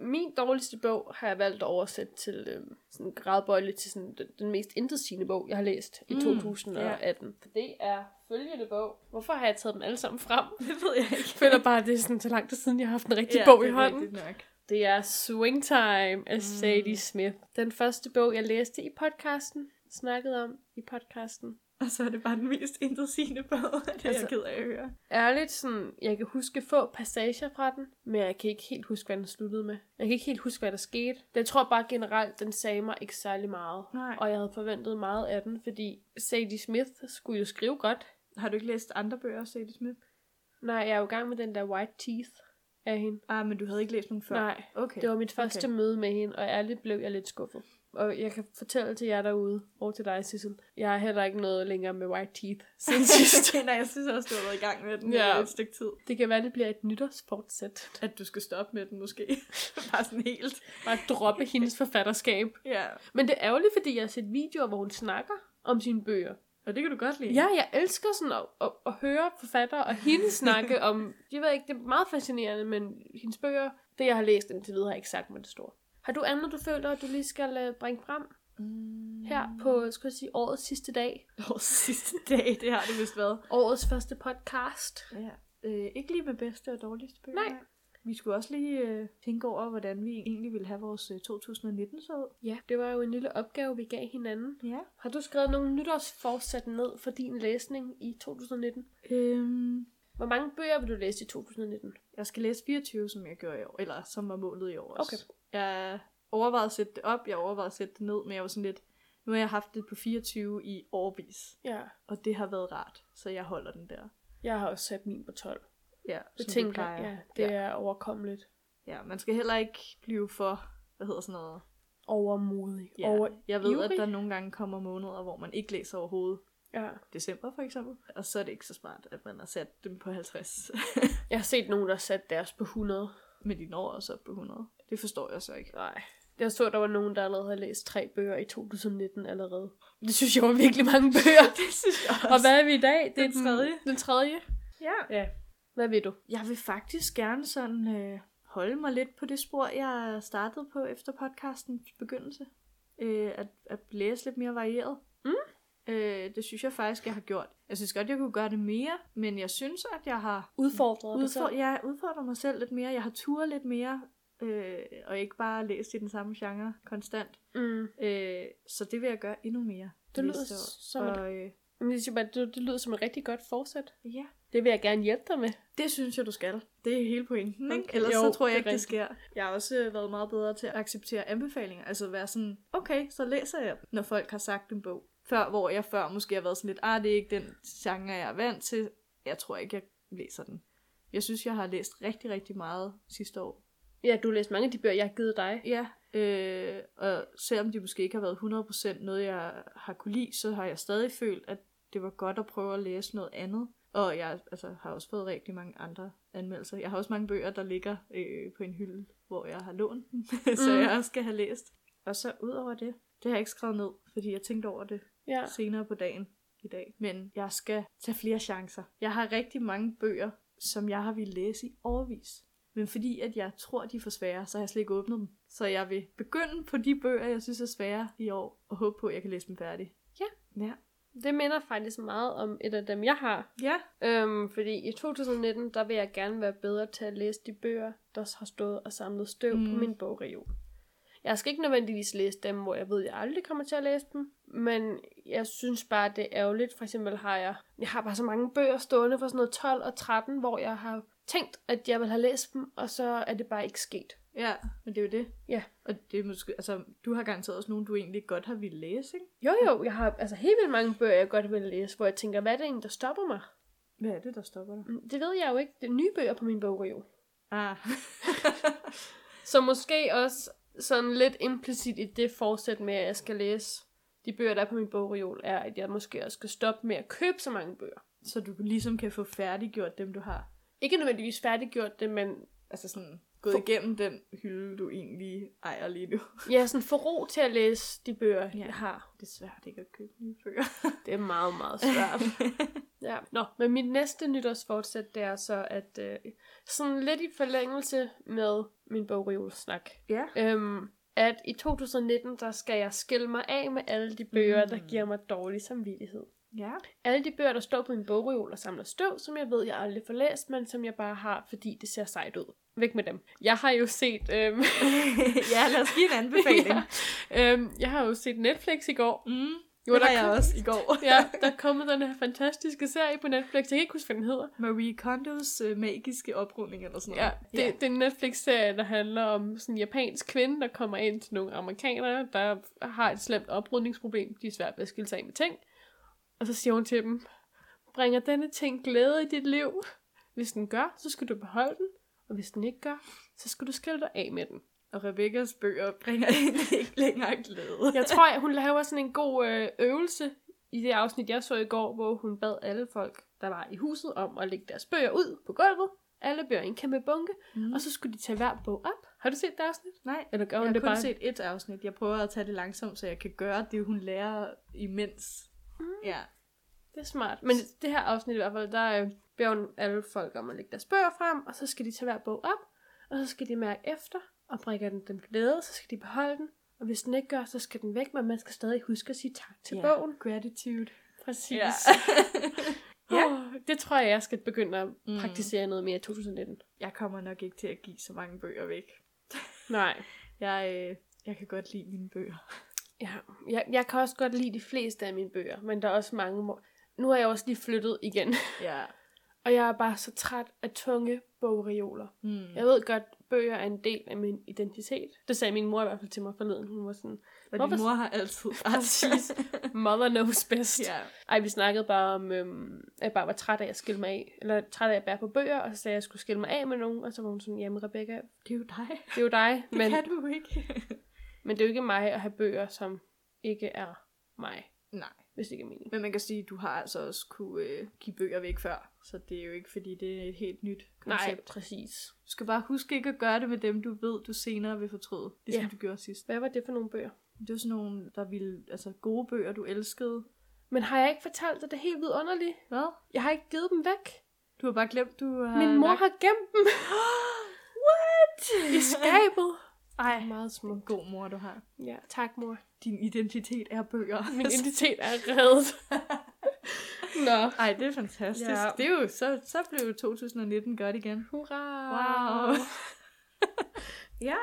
[SPEAKER 2] Min dårligste bog har jeg valgt at oversætte til øhm, sådan en gradbøjle til sådan den, den mest intetsigende bog, jeg har læst i
[SPEAKER 1] Mm,
[SPEAKER 2] 2018. Det er følgende bog. Hvorfor har jeg taget dem alle sammen frem?
[SPEAKER 1] Det ved jeg ikke.
[SPEAKER 2] Jeg føler bare, at det er sådan så lang tid siden, jeg har haft en rigtig
[SPEAKER 1] Ja,
[SPEAKER 2] bog
[SPEAKER 1] det
[SPEAKER 2] i
[SPEAKER 1] er
[SPEAKER 2] hånden. Mm.
[SPEAKER 1] rigtigt nok.
[SPEAKER 2] Det er Swing Time af Sadie Smith. Den første bog, jeg læste i podcasten, snakkede om i podcasten.
[SPEAKER 1] Og så er det bare den mest intetsigende bog, det er
[SPEAKER 2] Altså-
[SPEAKER 1] jeg ked af at høre.
[SPEAKER 2] ærligt sådan, jeg kan huske få passager fra den, men jeg kan ikke helt huske, hvad den sluttede med. Jeg kan ikke helt huske, hvad der skete. Jeg tror bare generelt, den sagde mig ikke særlig meget.
[SPEAKER 1] Nej.
[SPEAKER 2] Og jeg havde forventet meget af den, fordi Sadie Smith skulle jo skrive godt.
[SPEAKER 1] Har du ikke læst andre bøger af Sadie Smith?
[SPEAKER 2] Nej, jeg er jo i gang med den der White Teeth af hende.
[SPEAKER 1] Ah, men du havde ikke læst nogen før?
[SPEAKER 2] Nej,
[SPEAKER 1] Okay.
[SPEAKER 2] det var mit første
[SPEAKER 1] Okay.
[SPEAKER 2] møde med hende, og ærligt blev jeg lidt skuffet. Og jeg kan fortælle til jer derude, og til dig, Sissel, jeg har heller ikke noget længere med white teeth siden sidst.
[SPEAKER 1] Nej, jeg synes også, du har været i gang med den
[SPEAKER 2] Ja.
[SPEAKER 1] ja. et stykke tid.
[SPEAKER 2] det kan være, det bliver et nytårsfortsæt.
[SPEAKER 1] At du skal stoppe med den måske. Bare sådan helt.
[SPEAKER 2] Bare droppe hendes forfatterskab.
[SPEAKER 1] Ja.
[SPEAKER 2] Men det er ærgerligt, fordi jeg har set videoer, hvor hun snakker om sine bøger.
[SPEAKER 1] Og det kan du godt lide.
[SPEAKER 2] Ja, jeg elsker sådan at, at, at høre forfattere og hende snakke om... Jeg ved ikke, det er meget fascinerende, men hendes bøger, det jeg har læst indtil videre, har ikke sagt mig det store. Har du andet, du føler, at du lige skal øh, bringe frem
[SPEAKER 1] Mm.
[SPEAKER 2] her på, skal jeg sige, årets sidste dag?
[SPEAKER 1] Årets sidste dag, det har det vist været.
[SPEAKER 2] Årets første podcast?
[SPEAKER 1] Ja. Øh, ikke lige med bedste og dårligste bøger.
[SPEAKER 2] Nej.
[SPEAKER 1] Vi skulle også lige øh, tænke over, hvordan vi egentlig ville have vores øh, 2019 så ud.
[SPEAKER 2] Ja, det var jo en lille opgave, vi gav hinanden.
[SPEAKER 1] Ja.
[SPEAKER 2] Har du skrevet nogle nytårsforsæt ned for din læsning i 2019?
[SPEAKER 1] Øhm,
[SPEAKER 2] Hvor mange bøger vil du læse i 2019?
[SPEAKER 1] jeg skal læse 24, som jeg gjorde i år. Eller som var målet i år også.
[SPEAKER 2] Okay.
[SPEAKER 1] Jeg overvejede at sætte det op, jeg overvejede at sætte det ned, men jeg var sådan lidt... Nu har jeg haft det på 24 i årvis,
[SPEAKER 2] Ja,
[SPEAKER 1] og det har været rart, så jeg holder den der.
[SPEAKER 2] jeg har også sat min på 12.
[SPEAKER 1] Ja,
[SPEAKER 2] Det
[SPEAKER 1] som
[SPEAKER 2] tænker
[SPEAKER 1] plejer.
[SPEAKER 2] jeg, ja, det ja. er overkommeligt.
[SPEAKER 1] Ja, man skal heller ikke blive for, hvad hedder sådan noget,
[SPEAKER 2] Overmodig.
[SPEAKER 1] ja,
[SPEAKER 2] Over...
[SPEAKER 1] jeg ved,
[SPEAKER 2] ivrig.
[SPEAKER 1] at der nogle gange kommer måneder, hvor man ikke læser overhovedet.
[SPEAKER 2] Ja.
[SPEAKER 1] December for eksempel. Og så er det ikke så smart, at man har sat dem på 50,
[SPEAKER 2] Jeg har set nogen, der satte deres på 100.
[SPEAKER 1] men de når også op på 100. Det forstår jeg så ikke.
[SPEAKER 2] Nej. Jeg så, der var nogen, der allerede havde læst tre bøger i 2019 allerede. Det synes jeg var virkelig mange bøger.
[SPEAKER 1] Det synes jeg
[SPEAKER 2] Og hvad er vi i dag? Det er
[SPEAKER 1] Den tredje.
[SPEAKER 2] Den tredje.
[SPEAKER 1] Ja.
[SPEAKER 2] Ja. Hvad ved du?
[SPEAKER 1] Jeg vil faktisk gerne sådan øh, holde mig lidt på det spor, jeg startede på efter podcastens begyndelse. Øh, at, at læse lidt mere varieret.
[SPEAKER 2] Mm.
[SPEAKER 1] Øh, det synes jeg faktisk, jeg har gjort. Jeg synes godt, jeg kunne gøre det mere, men jeg synes, at jeg har
[SPEAKER 2] Udfordret
[SPEAKER 1] udfordret, jeg udfordrer mig selv lidt mere. Jeg har turet lidt mere, øh, og ikke bare læst i den samme genre konstant.
[SPEAKER 2] Mm.
[SPEAKER 1] Øh, så det vil jeg gøre endnu mere.
[SPEAKER 2] Det lyder
[SPEAKER 1] næste år.
[SPEAKER 2] som et-
[SPEAKER 1] Og, øh,
[SPEAKER 2] Men jeg siger bare, det, det lyder som et rigtig godt forsæt.
[SPEAKER 1] ja,
[SPEAKER 2] Det vil jeg gerne hjælpe dig med.
[SPEAKER 1] Det synes jeg, du skal. Det er hele pointen, ikke?
[SPEAKER 2] Okay.
[SPEAKER 1] Ellers
[SPEAKER 2] Jo,
[SPEAKER 1] så tror
[SPEAKER 2] det er
[SPEAKER 1] jeg ikke, det
[SPEAKER 2] rigtigt.
[SPEAKER 1] sker. Jeg har også øh, været meget bedre til at acceptere anbefalinger. Altså være sådan, okay, så læser jeg, når folk har sagt en bog. Før, hvor jeg før måske har været sådan lidt, ah, det er ikke den genre, jeg er vant til. Jeg tror ikke, jeg læser den. Jeg synes, jeg har læst rigtig, rigtig meget sidste år.
[SPEAKER 2] Ja, du har læst mange af de bøger, jeg har givet dig.
[SPEAKER 1] Ja, øh, og selvom de måske ikke har været 100% noget, jeg har kunne lide, så har jeg stadig følt, at det var godt at prøve at læse noget andet. Og jeg altså, har også fået rigtig mange andre anmeldelser. Jeg har også mange bøger, der ligger øh, på en hylde, hvor jeg har lånt dem, så
[SPEAKER 2] Mm.
[SPEAKER 1] jeg også skal have læst. Og så ud over det, det har jeg ikke skrevet ned, fordi jeg tænkte over det
[SPEAKER 2] Ja.
[SPEAKER 1] senere på dagen i dag. Men jeg skal tage flere chancer. Jeg har rigtig mange bøger, som jeg har ville læse i overvis. Men fordi at jeg tror, de er for svære, så har jeg slet ikke åbnet dem. Så jeg vil begynde på de bøger, jeg synes er svære i år, og håbe på, at jeg kan læse dem færdig.
[SPEAKER 2] Ja.
[SPEAKER 1] Ja.
[SPEAKER 2] Det minder faktisk meget om et af dem, jeg har.
[SPEAKER 1] Ja.
[SPEAKER 2] Øhm, fordi i 2019, der vil jeg gerne være bedre til at læse de bøger, der har stået og samlet støv mm. på
[SPEAKER 1] Mm.
[SPEAKER 2] min bogreol. Jeg skal ikke nødvendigvis læse dem, hvor jeg ved, jeg aldrig kommer til at læse dem, men jeg synes bare, det er ærgerligt. For eksempel har jeg, jeg har bare så mange bøger stående fra sådan noget 12 og 13, hvor jeg har tænkt, at jeg vil have læst dem, og så er det bare ikke sket.
[SPEAKER 1] Ja, men det er jo det.
[SPEAKER 2] Ja.
[SPEAKER 1] Og det er måske, altså, du har garanteret også nogen, du egentlig godt har ville læse, ikke?
[SPEAKER 2] Jo jo, jeg har altså helt vildt mange bøger, jeg godt vil læse, hvor jeg tænker, hvad er det egentlig, der stopper mig?
[SPEAKER 1] Hvad er det, der stopper dig?
[SPEAKER 2] Mm, Det ved jeg jo ikke. Det er nye bøger på min bogreol.
[SPEAKER 1] Ah.
[SPEAKER 2] Så måske også sådan lidt implicit i det forsæt med, at jeg skal læse de bøger, der er på min bogreol, er, at jeg måske også skal stoppe med at købe så mange bøger.
[SPEAKER 1] så du ligesom kan få færdiggjort dem, du har.
[SPEAKER 2] Ikke nødvendigvis færdiggjort det, men
[SPEAKER 1] Altså sådan gået
[SPEAKER 2] For-
[SPEAKER 1] igennem den hylde, du egentlig ejer lige nu.
[SPEAKER 2] jeg er sådan for ro til at læse de bøger, ja.
[SPEAKER 1] Ja.
[SPEAKER 2] jeg har.
[SPEAKER 1] Det er svært ikke at købe nye bøger.
[SPEAKER 2] Det er meget, meget svært. ja. Nå, men mit næste nytårsfortsæt, det er så, at øh, sådan lidt i forlængelse med min bogreolsnak,
[SPEAKER 1] ja.
[SPEAKER 2] Øhm, at i 2019, der skal jeg skille mig af med alle de bøger, mm. der
[SPEAKER 1] Mm.
[SPEAKER 2] giver mig dårlig samvittighed.
[SPEAKER 1] Ja.
[SPEAKER 2] Alle de bøger, der står på min bogreol og samler støv, som jeg ved, jeg aldrig får læst, men som jeg bare har, fordi det ser sejt ud. Væk med dem. Jeg har jo set... Øhm,
[SPEAKER 1] ja, lad os give en anbefaling. ja.
[SPEAKER 2] ja, øhm, jeg har jo set Netflix i går.
[SPEAKER 1] mm,
[SPEAKER 2] Jo,
[SPEAKER 1] det
[SPEAKER 2] der
[SPEAKER 1] har jeg
[SPEAKER 2] kom-
[SPEAKER 1] også i går.
[SPEAKER 2] Ja, der er kommet den her fantastiske serie på Netflix. Jeg kan ikke huske, hvad den hedder.
[SPEAKER 1] Marie Kondos øh, magiske oprunding eller sådan noget.
[SPEAKER 2] Ja, det, ja. det er en Netflix-serie, der handler om sådan en japansk kvinde, der kommer ind til nogle amerikanere, der har et slemt oprydningsproblem. De er svært ved at skille sig af med ting. Og så siger hun til dem, bringer denne ting glæde i dit liv? Hvis den gør, så skal du beholde den. Og hvis den ikke gør, så skal du skille dig af med den.
[SPEAKER 1] Og Rebekkas bøger bringer egentlig ikke længere glæde.
[SPEAKER 2] Jeg tror, at hun laver sådan en god øh, øvelse i det afsnit, jeg så i går, hvor hun bad alle folk, der var i huset, om at lægge deres bøger ud på gulvet. Alle bøger i en kæmpe bunke,
[SPEAKER 1] Mm.
[SPEAKER 2] og så skulle de tage hver bog op. Har du set det afsnit?
[SPEAKER 1] Nej,
[SPEAKER 2] Eller gør
[SPEAKER 1] jeg
[SPEAKER 2] hun
[SPEAKER 1] har
[SPEAKER 2] det
[SPEAKER 1] kun
[SPEAKER 2] bare?
[SPEAKER 1] set et afsnit. Jeg prøver at tage det langsomt, så jeg kan gøre det, hun lærer imens. Mm. Ja.
[SPEAKER 2] Det er smart. Men i det her afsnit i hvert fald, der øh, beder hun alle folk om at lægge deres bøger frem, og så skal de tage hver bog op, og så skal de mærke efter, og bringer den dem glæde, så skal de beholde den. Og hvis den ikke gør, så skal den væk, men man skal stadig huske at sige tak til
[SPEAKER 1] Ja.
[SPEAKER 2] bogen.
[SPEAKER 1] Gratitude.
[SPEAKER 2] Præcis.
[SPEAKER 1] Ja.
[SPEAKER 2] ja. Oh, det tror jeg, jeg skal begynde at
[SPEAKER 1] Mm.
[SPEAKER 2] praktisere noget mere i 2019.
[SPEAKER 1] Jeg kommer nok ikke til at give så mange bøger væk.
[SPEAKER 2] Nej.
[SPEAKER 1] Jeg, øh, jeg kan godt lide mine bøger.
[SPEAKER 2] Ja, jeg, jeg kan også godt lide de fleste af mine bøger, men der er også mange, hvor... Nu har jeg også lige flyttet igen,
[SPEAKER 1] Ja.
[SPEAKER 2] og jeg er bare så træt af tunge bogreoler.
[SPEAKER 1] Mm.
[SPEAKER 2] Jeg ved godt, bøger er en del af min identitet. Det sagde min mor i hvert fald til mig forleden. Hun var sådan,
[SPEAKER 1] Og
[SPEAKER 2] Hvorfor-
[SPEAKER 1] din mor har altid
[SPEAKER 2] Præcis.
[SPEAKER 1] ret.
[SPEAKER 2] mother knows best.
[SPEAKER 1] ja.
[SPEAKER 2] Ej, vi snakkede bare om, øhm, at jeg bare var træt af at skille mig af. Eller træt af at bære på bøger, og så sagde jeg, at jeg skulle skille mig af med nogen. Og så var hun sådan, jamen Rebecca,
[SPEAKER 1] Det er jo dig.
[SPEAKER 2] det er jo dig.
[SPEAKER 1] Det
[SPEAKER 2] Men,
[SPEAKER 1] kan du ikke.
[SPEAKER 2] men det er jo ikke mig at have bøger, som ikke er mig.
[SPEAKER 1] Nej.
[SPEAKER 2] Hvis det ikke er meningen.
[SPEAKER 1] Men man kan sige, at du har altså også kunne øh, give bøger væk før. Så det er jo ikke, fordi det er et helt nyt koncept.
[SPEAKER 2] Nej, præcis.
[SPEAKER 1] Du skal bare huske ikke at gøre det med dem, du ved, du senere vil fortryde. Det som
[SPEAKER 2] Ja.
[SPEAKER 1] du gjorde sidst.
[SPEAKER 2] Hvad var det for nogle bøger?
[SPEAKER 1] Det var sådan nogle, der ville, altså gode bøger, du elskede.
[SPEAKER 2] Men har jeg ikke fortalt dig det helt vidunderligt?
[SPEAKER 1] Hvad?
[SPEAKER 2] Jeg har ikke givet dem væk.
[SPEAKER 1] Du har bare glemt, du har...
[SPEAKER 2] Min mor
[SPEAKER 1] lagt-
[SPEAKER 2] har gemt dem
[SPEAKER 1] What?
[SPEAKER 2] i skabet.
[SPEAKER 1] Ej,
[SPEAKER 2] Meget
[SPEAKER 1] det er en
[SPEAKER 2] smukt.
[SPEAKER 1] god mor, du har.
[SPEAKER 2] Ja, tak mor.
[SPEAKER 1] Din identitet er bøger. Altså.
[SPEAKER 2] Min identitet er reddet. Nå.
[SPEAKER 1] Ej, det er fantastisk.
[SPEAKER 2] Ja.
[SPEAKER 1] Ja. Det er jo, så, så blev 2019 godt igen.
[SPEAKER 2] Hurra.
[SPEAKER 1] Wow. ja.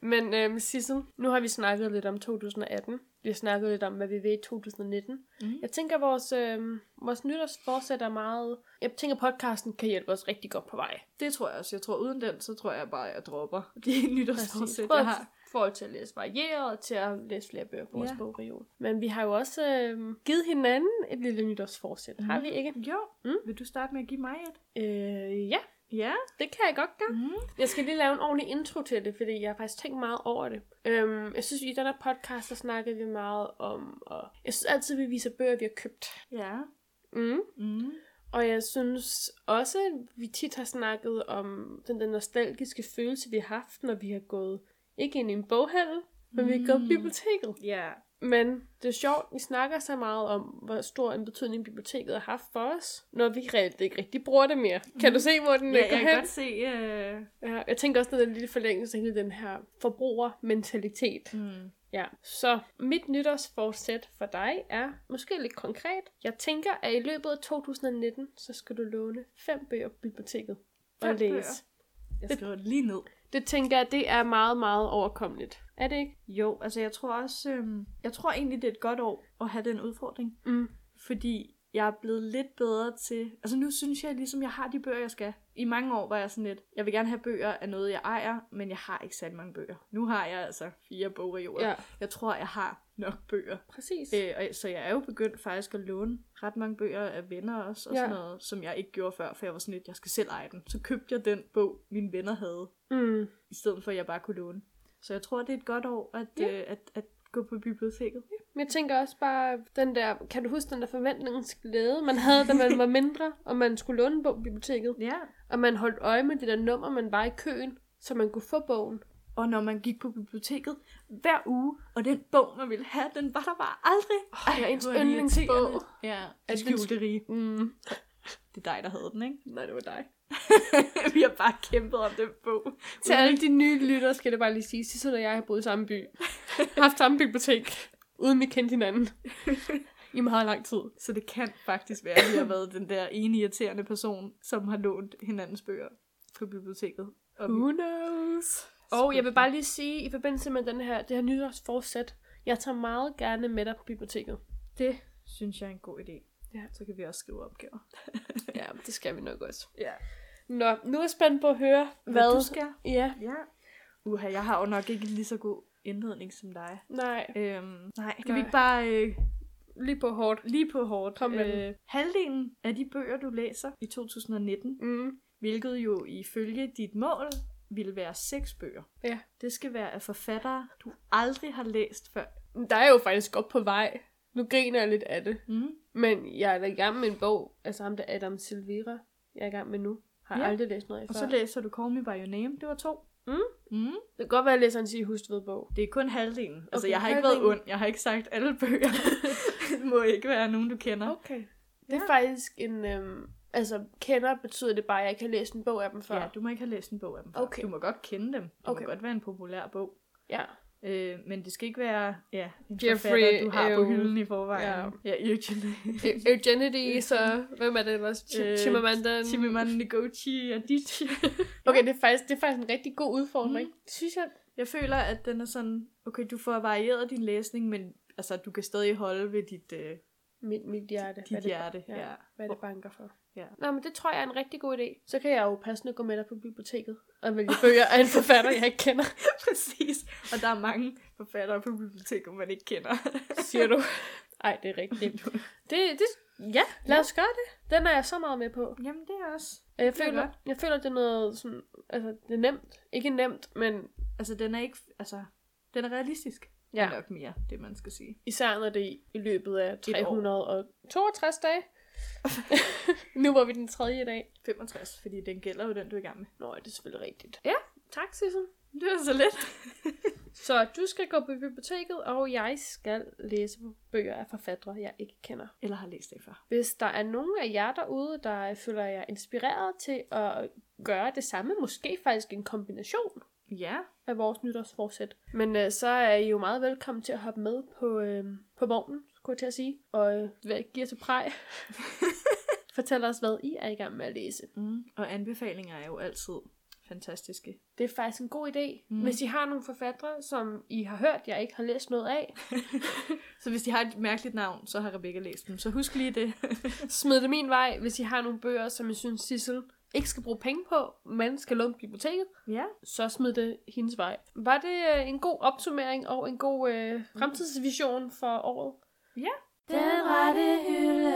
[SPEAKER 2] Men øhm, Sissel, nu har vi snakket lidt om 2018. Vi har snakket lidt om, hvad vi ved i 2019.
[SPEAKER 1] Mhm.
[SPEAKER 2] Jeg tænker, vores, øhm, vores nytårsforsæt er meget... Jeg tænker, podcasten kan hjælpe os rigtig godt på vej.
[SPEAKER 1] Det tror jeg også. Jeg tror, uden den, så tror jeg bare, at jeg dropper de nytårsforsæt,
[SPEAKER 2] Både
[SPEAKER 1] jeg
[SPEAKER 2] har
[SPEAKER 1] har.
[SPEAKER 2] forhold til at læse varieret og til at læse flere bøger på vores
[SPEAKER 1] Ja.
[SPEAKER 2] bogreol. Men vi har jo også øhm, givet hinanden et lille nytårsforsæt. Har
[SPEAKER 1] Mhm.
[SPEAKER 2] vi ikke?
[SPEAKER 1] Jo.
[SPEAKER 2] Mm.
[SPEAKER 1] Mm? Vil du starte med at give mig et?
[SPEAKER 2] Øh, ja,
[SPEAKER 1] Ja.
[SPEAKER 2] det kan jeg godt gøre.
[SPEAKER 1] Mm.
[SPEAKER 2] Jeg skal lige lave en ordentlig intro til det, fordi jeg har faktisk tænkt meget over det. Øhm, jeg synes, i den her podcast, der snakkede vi meget om... Og jeg synes altid, vi viser bøger, vi har købt.
[SPEAKER 1] Ja.
[SPEAKER 2] Mm.
[SPEAKER 1] Mm.
[SPEAKER 2] Og jeg synes også, at vi tit har snakket om den der nostalgiske følelse, vi har haft, når vi har gået ikke ind i en boghandel, men mm. vi har gået i
[SPEAKER 1] Mm.
[SPEAKER 2] biblioteket.
[SPEAKER 1] Ja.
[SPEAKER 2] Men det er sjovt, vi snakker så meget om, hvor stor en betydning biblioteket har haft for os, når vi reelt ikke rigtig bruger det mere. Kan du se, hvor den
[SPEAKER 1] Mm. Ja,
[SPEAKER 2] øh, går
[SPEAKER 1] jeg
[SPEAKER 2] hen?
[SPEAKER 1] kan godt se... Uh...
[SPEAKER 2] Ja, jeg tænker også, at den lille forlængelse af hele den her forbrugermentalitet.
[SPEAKER 1] Mm.
[SPEAKER 2] Ja. Så mit nytårsforsæt for dig er måske lidt konkret. Jeg tænker, at i løbet af 2019, så skal du låne fem bøger på biblioteket og
[SPEAKER 1] Fem
[SPEAKER 2] læse.
[SPEAKER 1] bøger? Jeg skriver det lige ned.
[SPEAKER 2] Det tænker jeg, det er meget, meget overkommeligt. Er det ikke?
[SPEAKER 1] Jo, altså jeg tror også... Øhm, jeg tror egentlig, det er et godt år at have den udfordring.
[SPEAKER 2] Mm.
[SPEAKER 1] fordi jeg er blevet lidt bedre til... Altså nu synes jeg ligesom, jeg har de bøger, jeg skal. I mange år var jeg sådan lidt, jeg vil gerne have bøger af noget, jeg ejer, men jeg har ikke særlig mange bøger. Nu har jeg altså fire bogreoler.
[SPEAKER 2] Ja.
[SPEAKER 1] Jeg tror, jeg har nok bøger.
[SPEAKER 2] Præcis.
[SPEAKER 1] Øh, og, så jeg er jo begyndt faktisk at låne ret mange bøger af venner også, og
[SPEAKER 2] Ja.
[SPEAKER 1] ja. sådan noget, som jeg ikke gjorde før, for jeg var sådan lidt, jeg skal selv eje den. Så købte jeg den bog, mine venner havde,
[SPEAKER 2] Mm.
[SPEAKER 1] i stedet for, at jeg bare kunne låne. Så jeg tror, det er et godt år at,
[SPEAKER 2] Ja.
[SPEAKER 1] ja. øh, at, at gå på biblioteket.
[SPEAKER 2] Men jeg tænker også bare, den der, kan du huske den der forventningens glæde, man havde, da man var mindre, og man skulle låne en bog på biblioteket,
[SPEAKER 1] Ja.
[SPEAKER 2] og man holdt øje med det der nummer, man var i køen, så man kunne få bogen.
[SPEAKER 1] Og når man gik på biblioteket hver uge, og den bog, man ville have, den var der bare aldrig.
[SPEAKER 2] Åh, det var ens
[SPEAKER 1] hvor det irriterende.
[SPEAKER 2] yndlingsbog.
[SPEAKER 1] Ja,
[SPEAKER 2] den
[SPEAKER 1] det skjulte rige.
[SPEAKER 2] Mm.
[SPEAKER 1] Det er dig, der havde den, ikke?
[SPEAKER 2] Nej, det var dig.
[SPEAKER 1] Vi har bare kæmpet om den bog.
[SPEAKER 2] Til alle de nye lyttere skal det bare lige sige, Sissel og jeg har boet i samme by. haft samme bibliotek, uden vi kendte hinanden. I meget lang tid.
[SPEAKER 1] Så det kan faktisk være, at vi har været den der ene irriterende person, som har lånt hinandens bøger på biblioteket. Og vi...
[SPEAKER 2] knows? Og jeg vil bare lige sige, i forbindelse med den her, det her nytårsforsæt, jeg tager meget gerne med dig på biblioteket.
[SPEAKER 1] Det synes jeg er en god idé.
[SPEAKER 2] Ja.
[SPEAKER 1] Så kan vi også skrive opgaver.
[SPEAKER 2] Ja, det skal vi nok også.
[SPEAKER 1] Ja.
[SPEAKER 2] Nå, nu er jeg spændt på at høre, hvad...
[SPEAKER 1] Hvad du skal?
[SPEAKER 2] Ja,
[SPEAKER 1] Ja. Uha, jeg har jo nok ikke lige så god indledning som dig.
[SPEAKER 2] nej.
[SPEAKER 1] Øhm, nej, kan
[SPEAKER 2] Nej.
[SPEAKER 1] vi ikke bare øh,
[SPEAKER 2] Lige på hårdt.
[SPEAKER 1] Lige på hårdt.
[SPEAKER 2] Kom med
[SPEAKER 1] øh, halvdelen af de bøger, du læser i 2019,
[SPEAKER 2] Mm.
[SPEAKER 1] hvilket jo ifølge dit mål ville være seks bøger.
[SPEAKER 2] Ja.
[SPEAKER 1] Det skal være af forfattere, du aldrig har læst før.
[SPEAKER 2] Der er jo faktisk godt på vej. Nu griner jeg lidt af det.
[SPEAKER 1] Mm.
[SPEAKER 2] Men jeg er da i gang med en bog, altså ham der Adam Silvera, jeg er i gang med nu. Har
[SPEAKER 1] Ja.
[SPEAKER 2] ja. aldrig læst noget af
[SPEAKER 1] Og
[SPEAKER 2] før.
[SPEAKER 1] så læser du Call Me By Your Name. Det var to.
[SPEAKER 2] Mm.
[SPEAKER 1] Mm.
[SPEAKER 2] det kan godt være, at jeg læser en sige hust ved bog.
[SPEAKER 1] Det er kun halvdelen. Altså,
[SPEAKER 2] Okay,
[SPEAKER 1] jeg har ikke været
[SPEAKER 2] halvdelen.
[SPEAKER 1] ond. Jeg har ikke sagt alle bøger. det må ikke være nogen, du kender.
[SPEAKER 2] Okay. Det er
[SPEAKER 1] Ja.
[SPEAKER 2] faktisk en, øhm, altså kender betyder det bare, at jeg ikke har læst en bog af dem før.
[SPEAKER 1] Ja, du må ikke have læst en bog af dem. før.
[SPEAKER 2] Okay.
[SPEAKER 1] Du må godt kende dem. Det
[SPEAKER 2] Okay.
[SPEAKER 1] må godt være en populær bog.
[SPEAKER 2] ja.
[SPEAKER 1] Øh, men det skal ikke være ja, en
[SPEAKER 2] Jeffrey
[SPEAKER 1] forfatter, du har på
[SPEAKER 2] Ew.
[SPEAKER 1] hylden i forvejen. Ja, ja usually.
[SPEAKER 2] Eugenity, så hvem er det ellers?
[SPEAKER 1] Øh,
[SPEAKER 2] Chimamanda?
[SPEAKER 1] Chimamanda Ngozi Adichie.
[SPEAKER 2] Okay, det er, faktisk, det er faktisk en rigtig god udfordring. Mm. Det synes jeg.
[SPEAKER 1] Jeg føler, at den er sådan, okay, du får varieret din læsning, men altså, du kan stadig holde ved dit, øh,
[SPEAKER 2] Mit, mit hjerte.
[SPEAKER 1] dit hjerte. Ja.
[SPEAKER 2] ja.
[SPEAKER 1] ja.
[SPEAKER 2] Hvad det banker for.
[SPEAKER 1] Ja.
[SPEAKER 2] Nå, men det tror jeg er en rigtig god idé. Så kan jeg jo passende gå med dig på biblioteket og vælge bøger af en forfatter, jeg ikke kender.
[SPEAKER 1] Præcis. Og der er mange forfattere på biblioteket, man ikke kender.
[SPEAKER 2] Siger du? Ej, det er rigtigt. Det, det, ja, lad os gøre det. Den er jeg så meget med på.
[SPEAKER 1] Jamen, det er også...
[SPEAKER 2] Og Øh, Jeg
[SPEAKER 1] Det er
[SPEAKER 2] føler,
[SPEAKER 1] godt.
[SPEAKER 2] jeg føler, det er noget sådan, altså, det er nemt. Ikke nemt, men
[SPEAKER 1] Altså, den er ikke... Altså, den er realistisk. Ja.
[SPEAKER 2] Ja.
[SPEAKER 1] Er nok mere, det man skal sige.
[SPEAKER 2] især når det er i løbet af
[SPEAKER 1] år.
[SPEAKER 2] 362 dage. nu var vi den tredje dag.
[SPEAKER 1] 65, fordi den gælder jo den, du er i gang med.
[SPEAKER 2] Nå, det er selvfølgelig rigtigt. Ja, tak Sissel.
[SPEAKER 1] Det er så let.
[SPEAKER 2] Så du skal gå på biblioteket, og jeg skal læse bøger af forfattere, jeg ikke kender.
[SPEAKER 1] Eller har læst det før.
[SPEAKER 2] Hvis der er nogen af jer derude, der føler jer inspireret til at gøre det samme, måske faktisk en kombination
[SPEAKER 1] Ja.
[SPEAKER 2] af vores nytårsforsæt, men øh, så er I jo meget velkommen til at hoppe med på, øh, på vognen, skulle jeg til at sige, og øh, hvad giver til præg. Fortæl os, hvad I er i gang med at læse.
[SPEAKER 1] Mm. Og anbefalinger er jo altid fantastiske.
[SPEAKER 2] Det er faktisk en god idé.
[SPEAKER 1] Mm.
[SPEAKER 2] Mm. Hvis I har nogle forfattere, som I har hørt, jeg ikke har læst noget af,
[SPEAKER 1] Så hvis de har et mærkeligt navn, så har Rebecca læst dem. Så husk lige det.
[SPEAKER 2] Smid det min vej, hvis I har nogle bøger, som I synes, Sissel ikke skal bruge penge på, men skal låne på biblioteket,
[SPEAKER 1] ja.
[SPEAKER 2] så smid det hendes vej. Var det øh, en god opsummering og en god øh, fremtidsvision for året?
[SPEAKER 1] Den rette hylde.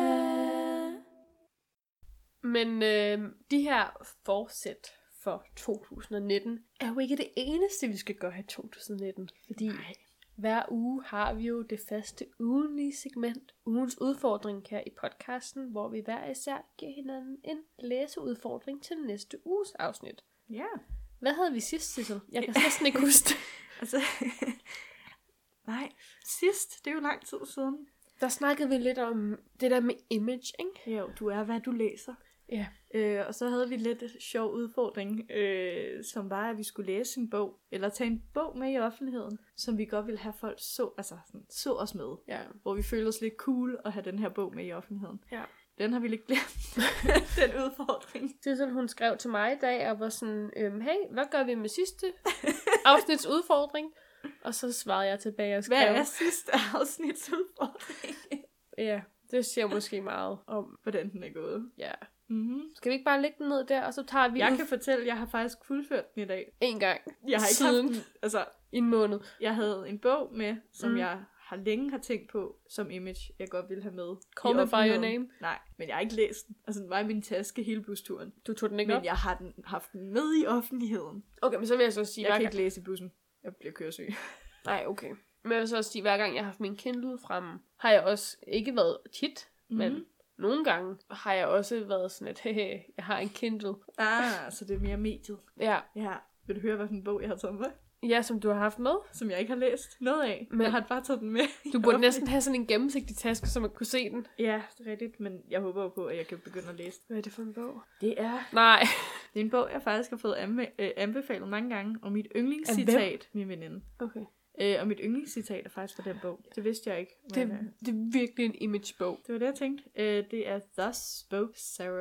[SPEAKER 2] Men øh, de her forsæt for 2019 er jo ikke det eneste, vi skal gøre i 2019. Fordi
[SPEAKER 1] Nej.
[SPEAKER 2] hver uge har vi jo det faste ugenlige segment, ugens udfordring her i podcasten, hvor vi hver især giver hinanden en læseudfordring til næste uges afsnit.
[SPEAKER 1] Ja.
[SPEAKER 2] Hvad havde vi sidst, Sissel? Jeg kan næsten ikke huske det.
[SPEAKER 1] Altså, nej. Sidst, det er jo lang tid siden.
[SPEAKER 2] Der snakkede vi lidt om det der med image, ikke?
[SPEAKER 1] Jo, du er, hvad du læser.
[SPEAKER 2] Ja.
[SPEAKER 1] Øh, og så havde vi lidt sjov udfordring, øh, som var, at vi skulle læse en bog, eller tage en bog med i offentligheden, som vi godt ville have folk så, altså sådan, så os med.
[SPEAKER 2] Ja.
[SPEAKER 1] Hvor vi følte os lidt cool at have den her bog med i offentligheden.
[SPEAKER 2] ja.
[SPEAKER 1] Den har vi lidt glemt, den udfordring.
[SPEAKER 2] Sissel, hun skrev til mig i dag, og var sådan, øhm, hey, hvad gør vi med sidste afsnits udfordring? Og så svarede jeg tilbage og skrev,
[SPEAKER 1] Hvad er sidste afsnits udfordring?
[SPEAKER 2] ja, det siger måske meget om,
[SPEAKER 1] Hvordan den er gået.
[SPEAKER 2] ja.
[SPEAKER 1] Mm-hmm.
[SPEAKER 2] Skal vi ikke bare lægge den ned der, og så tager vi
[SPEAKER 1] Jeg
[SPEAKER 2] den
[SPEAKER 1] kan fortælle, at jeg har faktisk fuldført den i dag.
[SPEAKER 2] en gang
[SPEAKER 1] Jeg har ikke
[SPEAKER 2] Siden.
[SPEAKER 1] haft den, altså,
[SPEAKER 2] i en måned.
[SPEAKER 1] Jeg havde en bog med, som mm.
[SPEAKER 2] Mm.
[SPEAKER 1] jeg har længe har tænkt på, som image, jeg godt ville have med. i
[SPEAKER 2] Call Me By Your
[SPEAKER 1] offentligheden.
[SPEAKER 2] Name.
[SPEAKER 1] Nej, men jeg har ikke læst den. Altså, den var i min taske hele busturen.
[SPEAKER 2] Du tog den ikke op?
[SPEAKER 1] Men jeg har den, haft den med i offentligheden.
[SPEAKER 2] Okay, men så vil jeg så sige,
[SPEAKER 1] Jeg
[SPEAKER 2] hver
[SPEAKER 1] kan
[SPEAKER 2] gang...
[SPEAKER 1] ikke læse i bussen. Jeg bliver køresyg.
[SPEAKER 2] Nej, okay. Men jeg vil så også sige, hver gang jeg har haft min Kindle fremme, har jeg også ikke været tit, mm.
[SPEAKER 1] Mhm.
[SPEAKER 2] men nogle gange har jeg også været sådan, at hey, jeg har en Kindle.
[SPEAKER 1] Ah, så det er mere mediet.
[SPEAKER 2] Ja,
[SPEAKER 1] Ja. Vil du høre, hvad for en bog jeg har taget med?
[SPEAKER 2] ja som du har haft med.
[SPEAKER 1] Som jeg ikke har læst noget af. Men
[SPEAKER 2] Men-
[SPEAKER 1] jeg har bare taget den med. i
[SPEAKER 2] Du burde
[SPEAKER 1] offentlig-
[SPEAKER 2] næsten have sådan en gennemsigtig taske, så man kunne se den.
[SPEAKER 1] Ja, det er rigtigt, men jeg håber jo på, at jeg kan begynde at læse den.
[SPEAKER 2] Hvad er det for en bog?
[SPEAKER 1] Det er
[SPEAKER 2] Nej.
[SPEAKER 1] det er en bog, jeg faktisk har fået anbe- øh, anbefalet mange gange, og mit yndlingscitat, min veninde.
[SPEAKER 2] Okay.
[SPEAKER 1] Øh, og mit yndlingscitat er faktisk fra den bog. Det vidste jeg ikke.
[SPEAKER 2] Det,
[SPEAKER 1] Men, det... Øh,
[SPEAKER 2] det er virkelig en imagebog.
[SPEAKER 1] det var det, jeg tænkte. Øh, det er Thus Spoke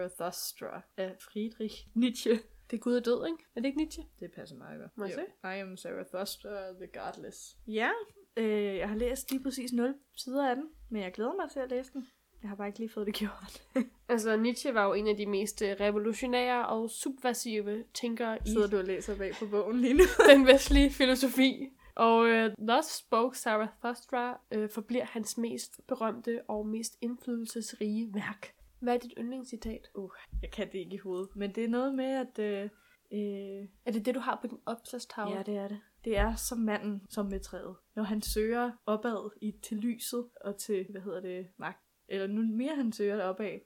[SPEAKER 1] Zarathustra af Friedrich Nietzsche.
[SPEAKER 2] Det er Gud er død, ikke? Er det ikke Nietzsche?
[SPEAKER 1] Det passer meget godt.
[SPEAKER 2] Må jeg
[SPEAKER 1] Jo. I am Zarathustra the Godless. Ja, øh, jeg har læst lige præcis 0 sider af den, men jeg glæder mig til at læse den. Jeg har bare ikke lige fået det gjort.
[SPEAKER 2] Altså, Nietzsche var jo en af de mest øh, revolutionære og subversive tænkere i
[SPEAKER 1] Sidder du og læser bag på bogen lige nu?
[SPEAKER 2] den vestlige filosofi. Og øh, thus spoke Zarathustra øh, forbliver hans mest berømte og mest indflydelsesrige værk. Hvad er dit yndlingscitat?
[SPEAKER 1] Jeg kan det ikke i hovedet. Men det er noget med, at øh, Øh,
[SPEAKER 2] Er det det, du har på din opslagstavle?
[SPEAKER 1] ja, det er det. Det er som manden, som med træet. Når han søger opad i, til lyset og til, hvad hedder det, magt. Eller nu mere han søger det opad,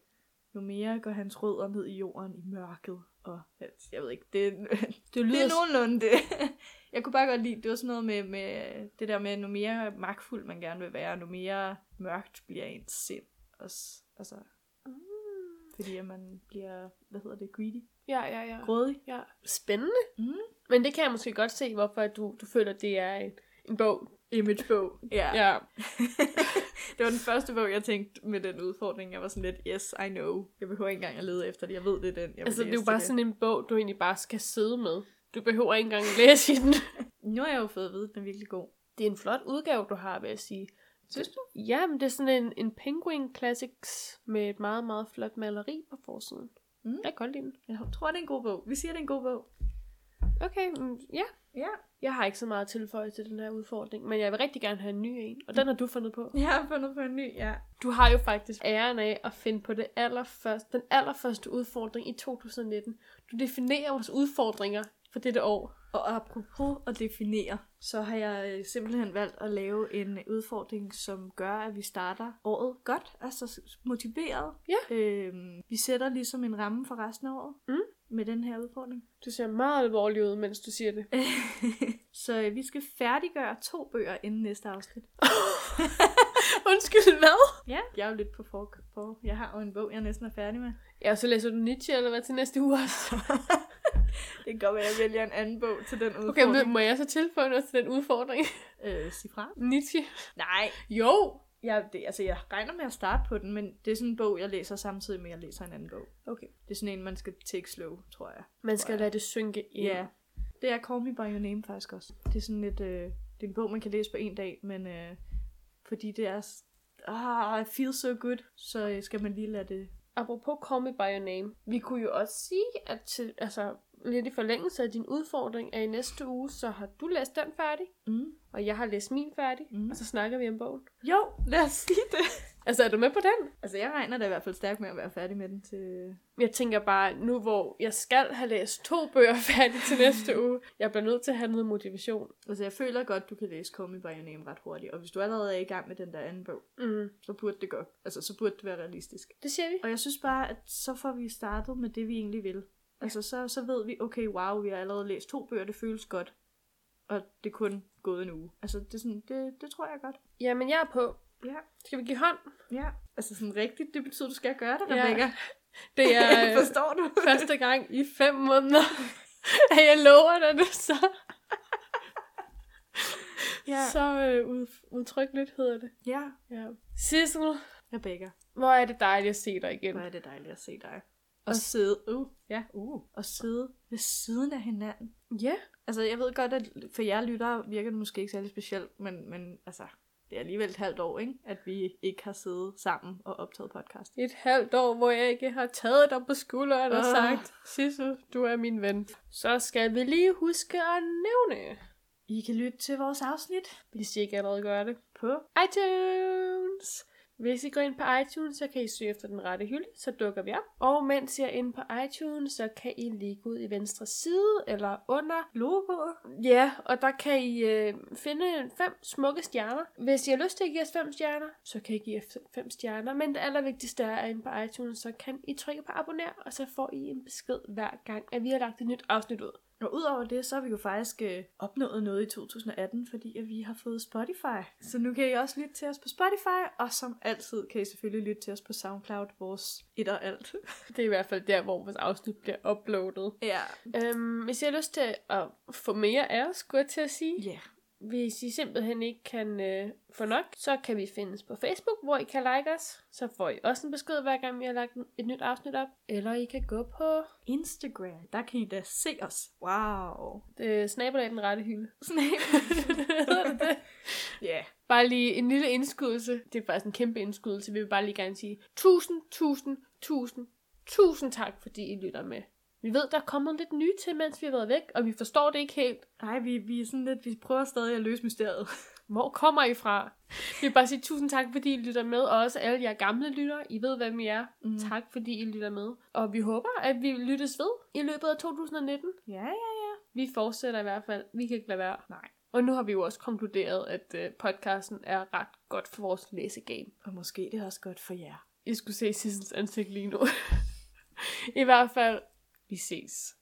[SPEAKER 1] jo mere går hans rødder ned i jorden i mørket. Og alt. jeg ved ikke, det,
[SPEAKER 2] det
[SPEAKER 1] det
[SPEAKER 2] lyder...
[SPEAKER 1] er nogenlunde det. Jeg kunne bare godt lide, det var sådan noget med, med det der med, nu mere magtfuld man gerne vil være, nu mere mørkt bliver ens sind. Også, altså,
[SPEAKER 2] Mm.
[SPEAKER 1] fordi at man bliver, hvad hedder det, greedy?
[SPEAKER 2] Ja, ja, ja.
[SPEAKER 1] Grådig?
[SPEAKER 2] ja. Spændende.
[SPEAKER 1] Mm.
[SPEAKER 2] Men det kan jeg måske godt se, hvorfor at du, du føler, at det er en, en bog.
[SPEAKER 1] Imagebog. Ja. ja.
[SPEAKER 2] ja.
[SPEAKER 1] det var den første bog, jeg tænkte med den udfordring. Jeg var sådan lidt, yes, I know. Jeg behøver ikke engang at lede efter det. Jeg ved, det er den, jeg vil
[SPEAKER 2] Altså, det er
[SPEAKER 1] læse
[SPEAKER 2] jo bare
[SPEAKER 1] til
[SPEAKER 2] sådan en bog, du egentlig bare skal sidde med. Du behøver ikke engang læse i den.
[SPEAKER 1] Nu har jeg jo fået at vide, at den er virkelig god.
[SPEAKER 2] Det er en flot udgave, du har, vil jeg sige.
[SPEAKER 1] Synes du?
[SPEAKER 2] Ja, men det er sådan en, en Penguin Classics med et meget, meget flot maleri på forsiden.
[SPEAKER 1] Mm.
[SPEAKER 2] Jeg kan godt lide den.
[SPEAKER 1] Jeg tror, det er en god bog. Vi siger, det er en god bog.
[SPEAKER 2] Okay, mm, ja.
[SPEAKER 1] Ja.
[SPEAKER 2] Jeg har ikke så meget at tilføje til den her udfordring, men jeg vil rigtig gerne have en ny en, og den har du fundet på.
[SPEAKER 1] Jeg har fundet på en ny, ja.
[SPEAKER 2] Du har jo faktisk æren af at finde på det allerførste, den allerførste udfordring i 2019. Du definerer vores udfordringer for dette år.
[SPEAKER 1] Og apropos at definere, så har jeg øh, simpelthen valgt at lave en udfordring, som gør, at vi starter året godt, altså s- motiveret.
[SPEAKER 2] Ja.
[SPEAKER 1] Øhm, vi sætter ligesom en ramme for resten af året
[SPEAKER 2] Mm.
[SPEAKER 1] med den her udfordring.
[SPEAKER 2] Du ser meget alvorlig ud, mens du siger det.
[SPEAKER 1] så øh, vi skal færdiggøre to bøger inden næste afsnit.
[SPEAKER 2] Undskyld, hvad?
[SPEAKER 1] Ja, jeg er jo lidt på fork på. Jeg har jo en bog, jeg næsten er færdig med.
[SPEAKER 2] Ja, så læser du Nietzsche eller hvad til næste uge også?
[SPEAKER 1] Det kan godt være, at jeg vælger en anden bog til den udfordring.
[SPEAKER 2] Okay, men må jeg så tilføje noget til den udfordring?
[SPEAKER 1] Øh, sig fra.
[SPEAKER 2] Nietzsche?
[SPEAKER 1] Nej,
[SPEAKER 2] Jo!
[SPEAKER 1] jeg, det, altså, jeg regner med at starte på den, men det er sådan en bog, jeg læser samtidig med, at jeg læser en anden bog.
[SPEAKER 2] Okay.
[SPEAKER 1] Det er sådan en, man skal take slow, tror jeg.
[SPEAKER 2] Man skal lade det synke ind.
[SPEAKER 1] Ja. Det er Call Me By Your Name faktisk også. Det er sådan lidt, øh, det er en bog, man kan læse på en dag, men øh, fordi det er, s- ah, I feel so good, så øh, skal man lige lade det.
[SPEAKER 2] Apropos Call Me By Your Name, vi kunne jo også sige, at til, altså, lidt i forlængelse af din udfordring, at i næste uge, så har du læst den færdig,
[SPEAKER 1] Mm.
[SPEAKER 2] og jeg har læst min færdig,
[SPEAKER 1] Mm.
[SPEAKER 2] mm. og så snakker vi om bogen.
[SPEAKER 1] Jo, lad os sige det.
[SPEAKER 2] Altså, er du med på den?
[SPEAKER 1] Altså, jeg regner da i hvert fald stærkt med at være færdig med den til...
[SPEAKER 2] Jeg tænker bare, nu hvor jeg skal have læst to bøger færdig til næste uge, jeg bliver nødt til at have noget motivation.
[SPEAKER 1] Altså, jeg føler godt, du kan læse Call Me By Your Name ret hurtigt, og hvis du allerede er i gang med den der anden bog,
[SPEAKER 2] Mm.
[SPEAKER 1] så burde det godt. Altså, så burde det være realistisk.
[SPEAKER 2] Det siger vi.
[SPEAKER 1] Og jeg synes bare, at så får vi startet med det, vi egentlig vil. Altså, så, så ved vi, okay, wow, vi har allerede læst to bøger, det føles godt. Og det er kun gået en uge. Altså, det, er sådan, det, det tror jeg godt.
[SPEAKER 2] Jamen, jeg er på.
[SPEAKER 1] Ja.
[SPEAKER 2] Skal vi give hånd?
[SPEAKER 1] Ja. Altså, sådan rigtigt, det betyder, du skal gøre det,
[SPEAKER 2] Ja.
[SPEAKER 1] Rebecca.
[SPEAKER 2] Det er
[SPEAKER 1] Ja.
[SPEAKER 2] øh,
[SPEAKER 1] Forstår du?
[SPEAKER 2] første gang i fem måneder, at jeg lover dig det så.
[SPEAKER 1] ja.
[SPEAKER 2] Så øh, ud, udtrykkeligt hedder det.
[SPEAKER 1] ja.
[SPEAKER 2] Ja. Sissel,
[SPEAKER 1] Rebecca,
[SPEAKER 2] hvor er det dejligt at se dig igen.
[SPEAKER 1] hvor er det dejligt at se dig. Og sidde, uh, ja, uh, og sidde ved siden af hinanden.
[SPEAKER 2] Ja.
[SPEAKER 1] Altså, jeg ved godt, at for jer lyttere virker det måske ikke særlig specielt, men, men altså, det er alligevel et halvt år, ikke? At vi ikke har siddet sammen og optaget podcast.
[SPEAKER 2] Et halvt år, hvor jeg ikke har taget dig på skulderen og
[SPEAKER 1] Åh.
[SPEAKER 2] sagt, Sissel, du er min ven. Så skal vi lige huske at nævne,
[SPEAKER 1] I kan lytte til vores afsnit
[SPEAKER 2] hvis I ikke allerede gør det.
[SPEAKER 1] på
[SPEAKER 2] iTunes. Hvis I går ind på iTunes, så kan I søge efter den rette hylde, så dukker vi op. Og mens I er inde på iTunes, så kan I lige gå ud i venstre side eller under
[SPEAKER 1] logoet.
[SPEAKER 2] Ja, og der kan I øh, finde fem smukke stjerner. Hvis I har lyst til at give os fem stjerner, så kan I give os fem stjerner. Men det allervigtigste er, at inde på iTunes, så kan I trykke på abonner, og så får I en besked hver gang, at vi har lagt et nyt afsnit ud.
[SPEAKER 1] Og udover det, så har vi jo faktisk øh, opnået noget i 2018, fordi at vi har fået Spotify. Så nu kan I også lytte til os på Spotify, og som altid kan I selvfølgelig lytte til os på SoundCloud, vores et og alt.
[SPEAKER 2] Det er i hvert fald der, hvor vores afsnit bliver uploadet.
[SPEAKER 1] Ja.
[SPEAKER 2] Øhm, hvis I har lyst til at få mere af os, skulle jeg til at sige.
[SPEAKER 1] Ja.
[SPEAKER 2] Hvis I simpelthen ikke kan øh, få nok, så kan vi findes på Facebook, hvor I kan like os. Så får I også en besked, hver gang vi har lagt et nyt afsnit op. Eller I kan gå på
[SPEAKER 1] Instagram, der kan I da se os. Wow.
[SPEAKER 2] øh, snabelag den rette hylde.
[SPEAKER 1] Snape. Ja. yeah.
[SPEAKER 2] Bare lige en lille indskydelse. Det er faktisk en kæmpe indskydelse. Vi vil bare lige gerne sige tusind, tusind, tusind, tusind tak, fordi I lytter med. Vi ved, der er kommet lidt nye til, mens vi har været væk, og vi forstår det ikke helt.
[SPEAKER 1] Nej, vi, vi er sådan lidt, vi prøver stadig at løse mysteriet.
[SPEAKER 2] hvor kommer I fra? Jeg vil bare sige tusind tak, fordi I lytter med, og også alle jer gamle lyttere. I ved, hvem I er. Mm. Tak, fordi I lytter med. Og vi håber, at vi lyttes ved i løbet af 2019.
[SPEAKER 1] Ja, ja, ja.
[SPEAKER 2] Vi fortsætter i hvert fald. Vi kan ikke lade være.
[SPEAKER 1] Nej.
[SPEAKER 2] Og nu har vi jo også konkluderet, at øh, podcasten er ret godt for vores læsegame.
[SPEAKER 1] Og måske det er også godt for jer.
[SPEAKER 2] I skulle se Sissels ansigt lige nu. I hvert fald, vi ses.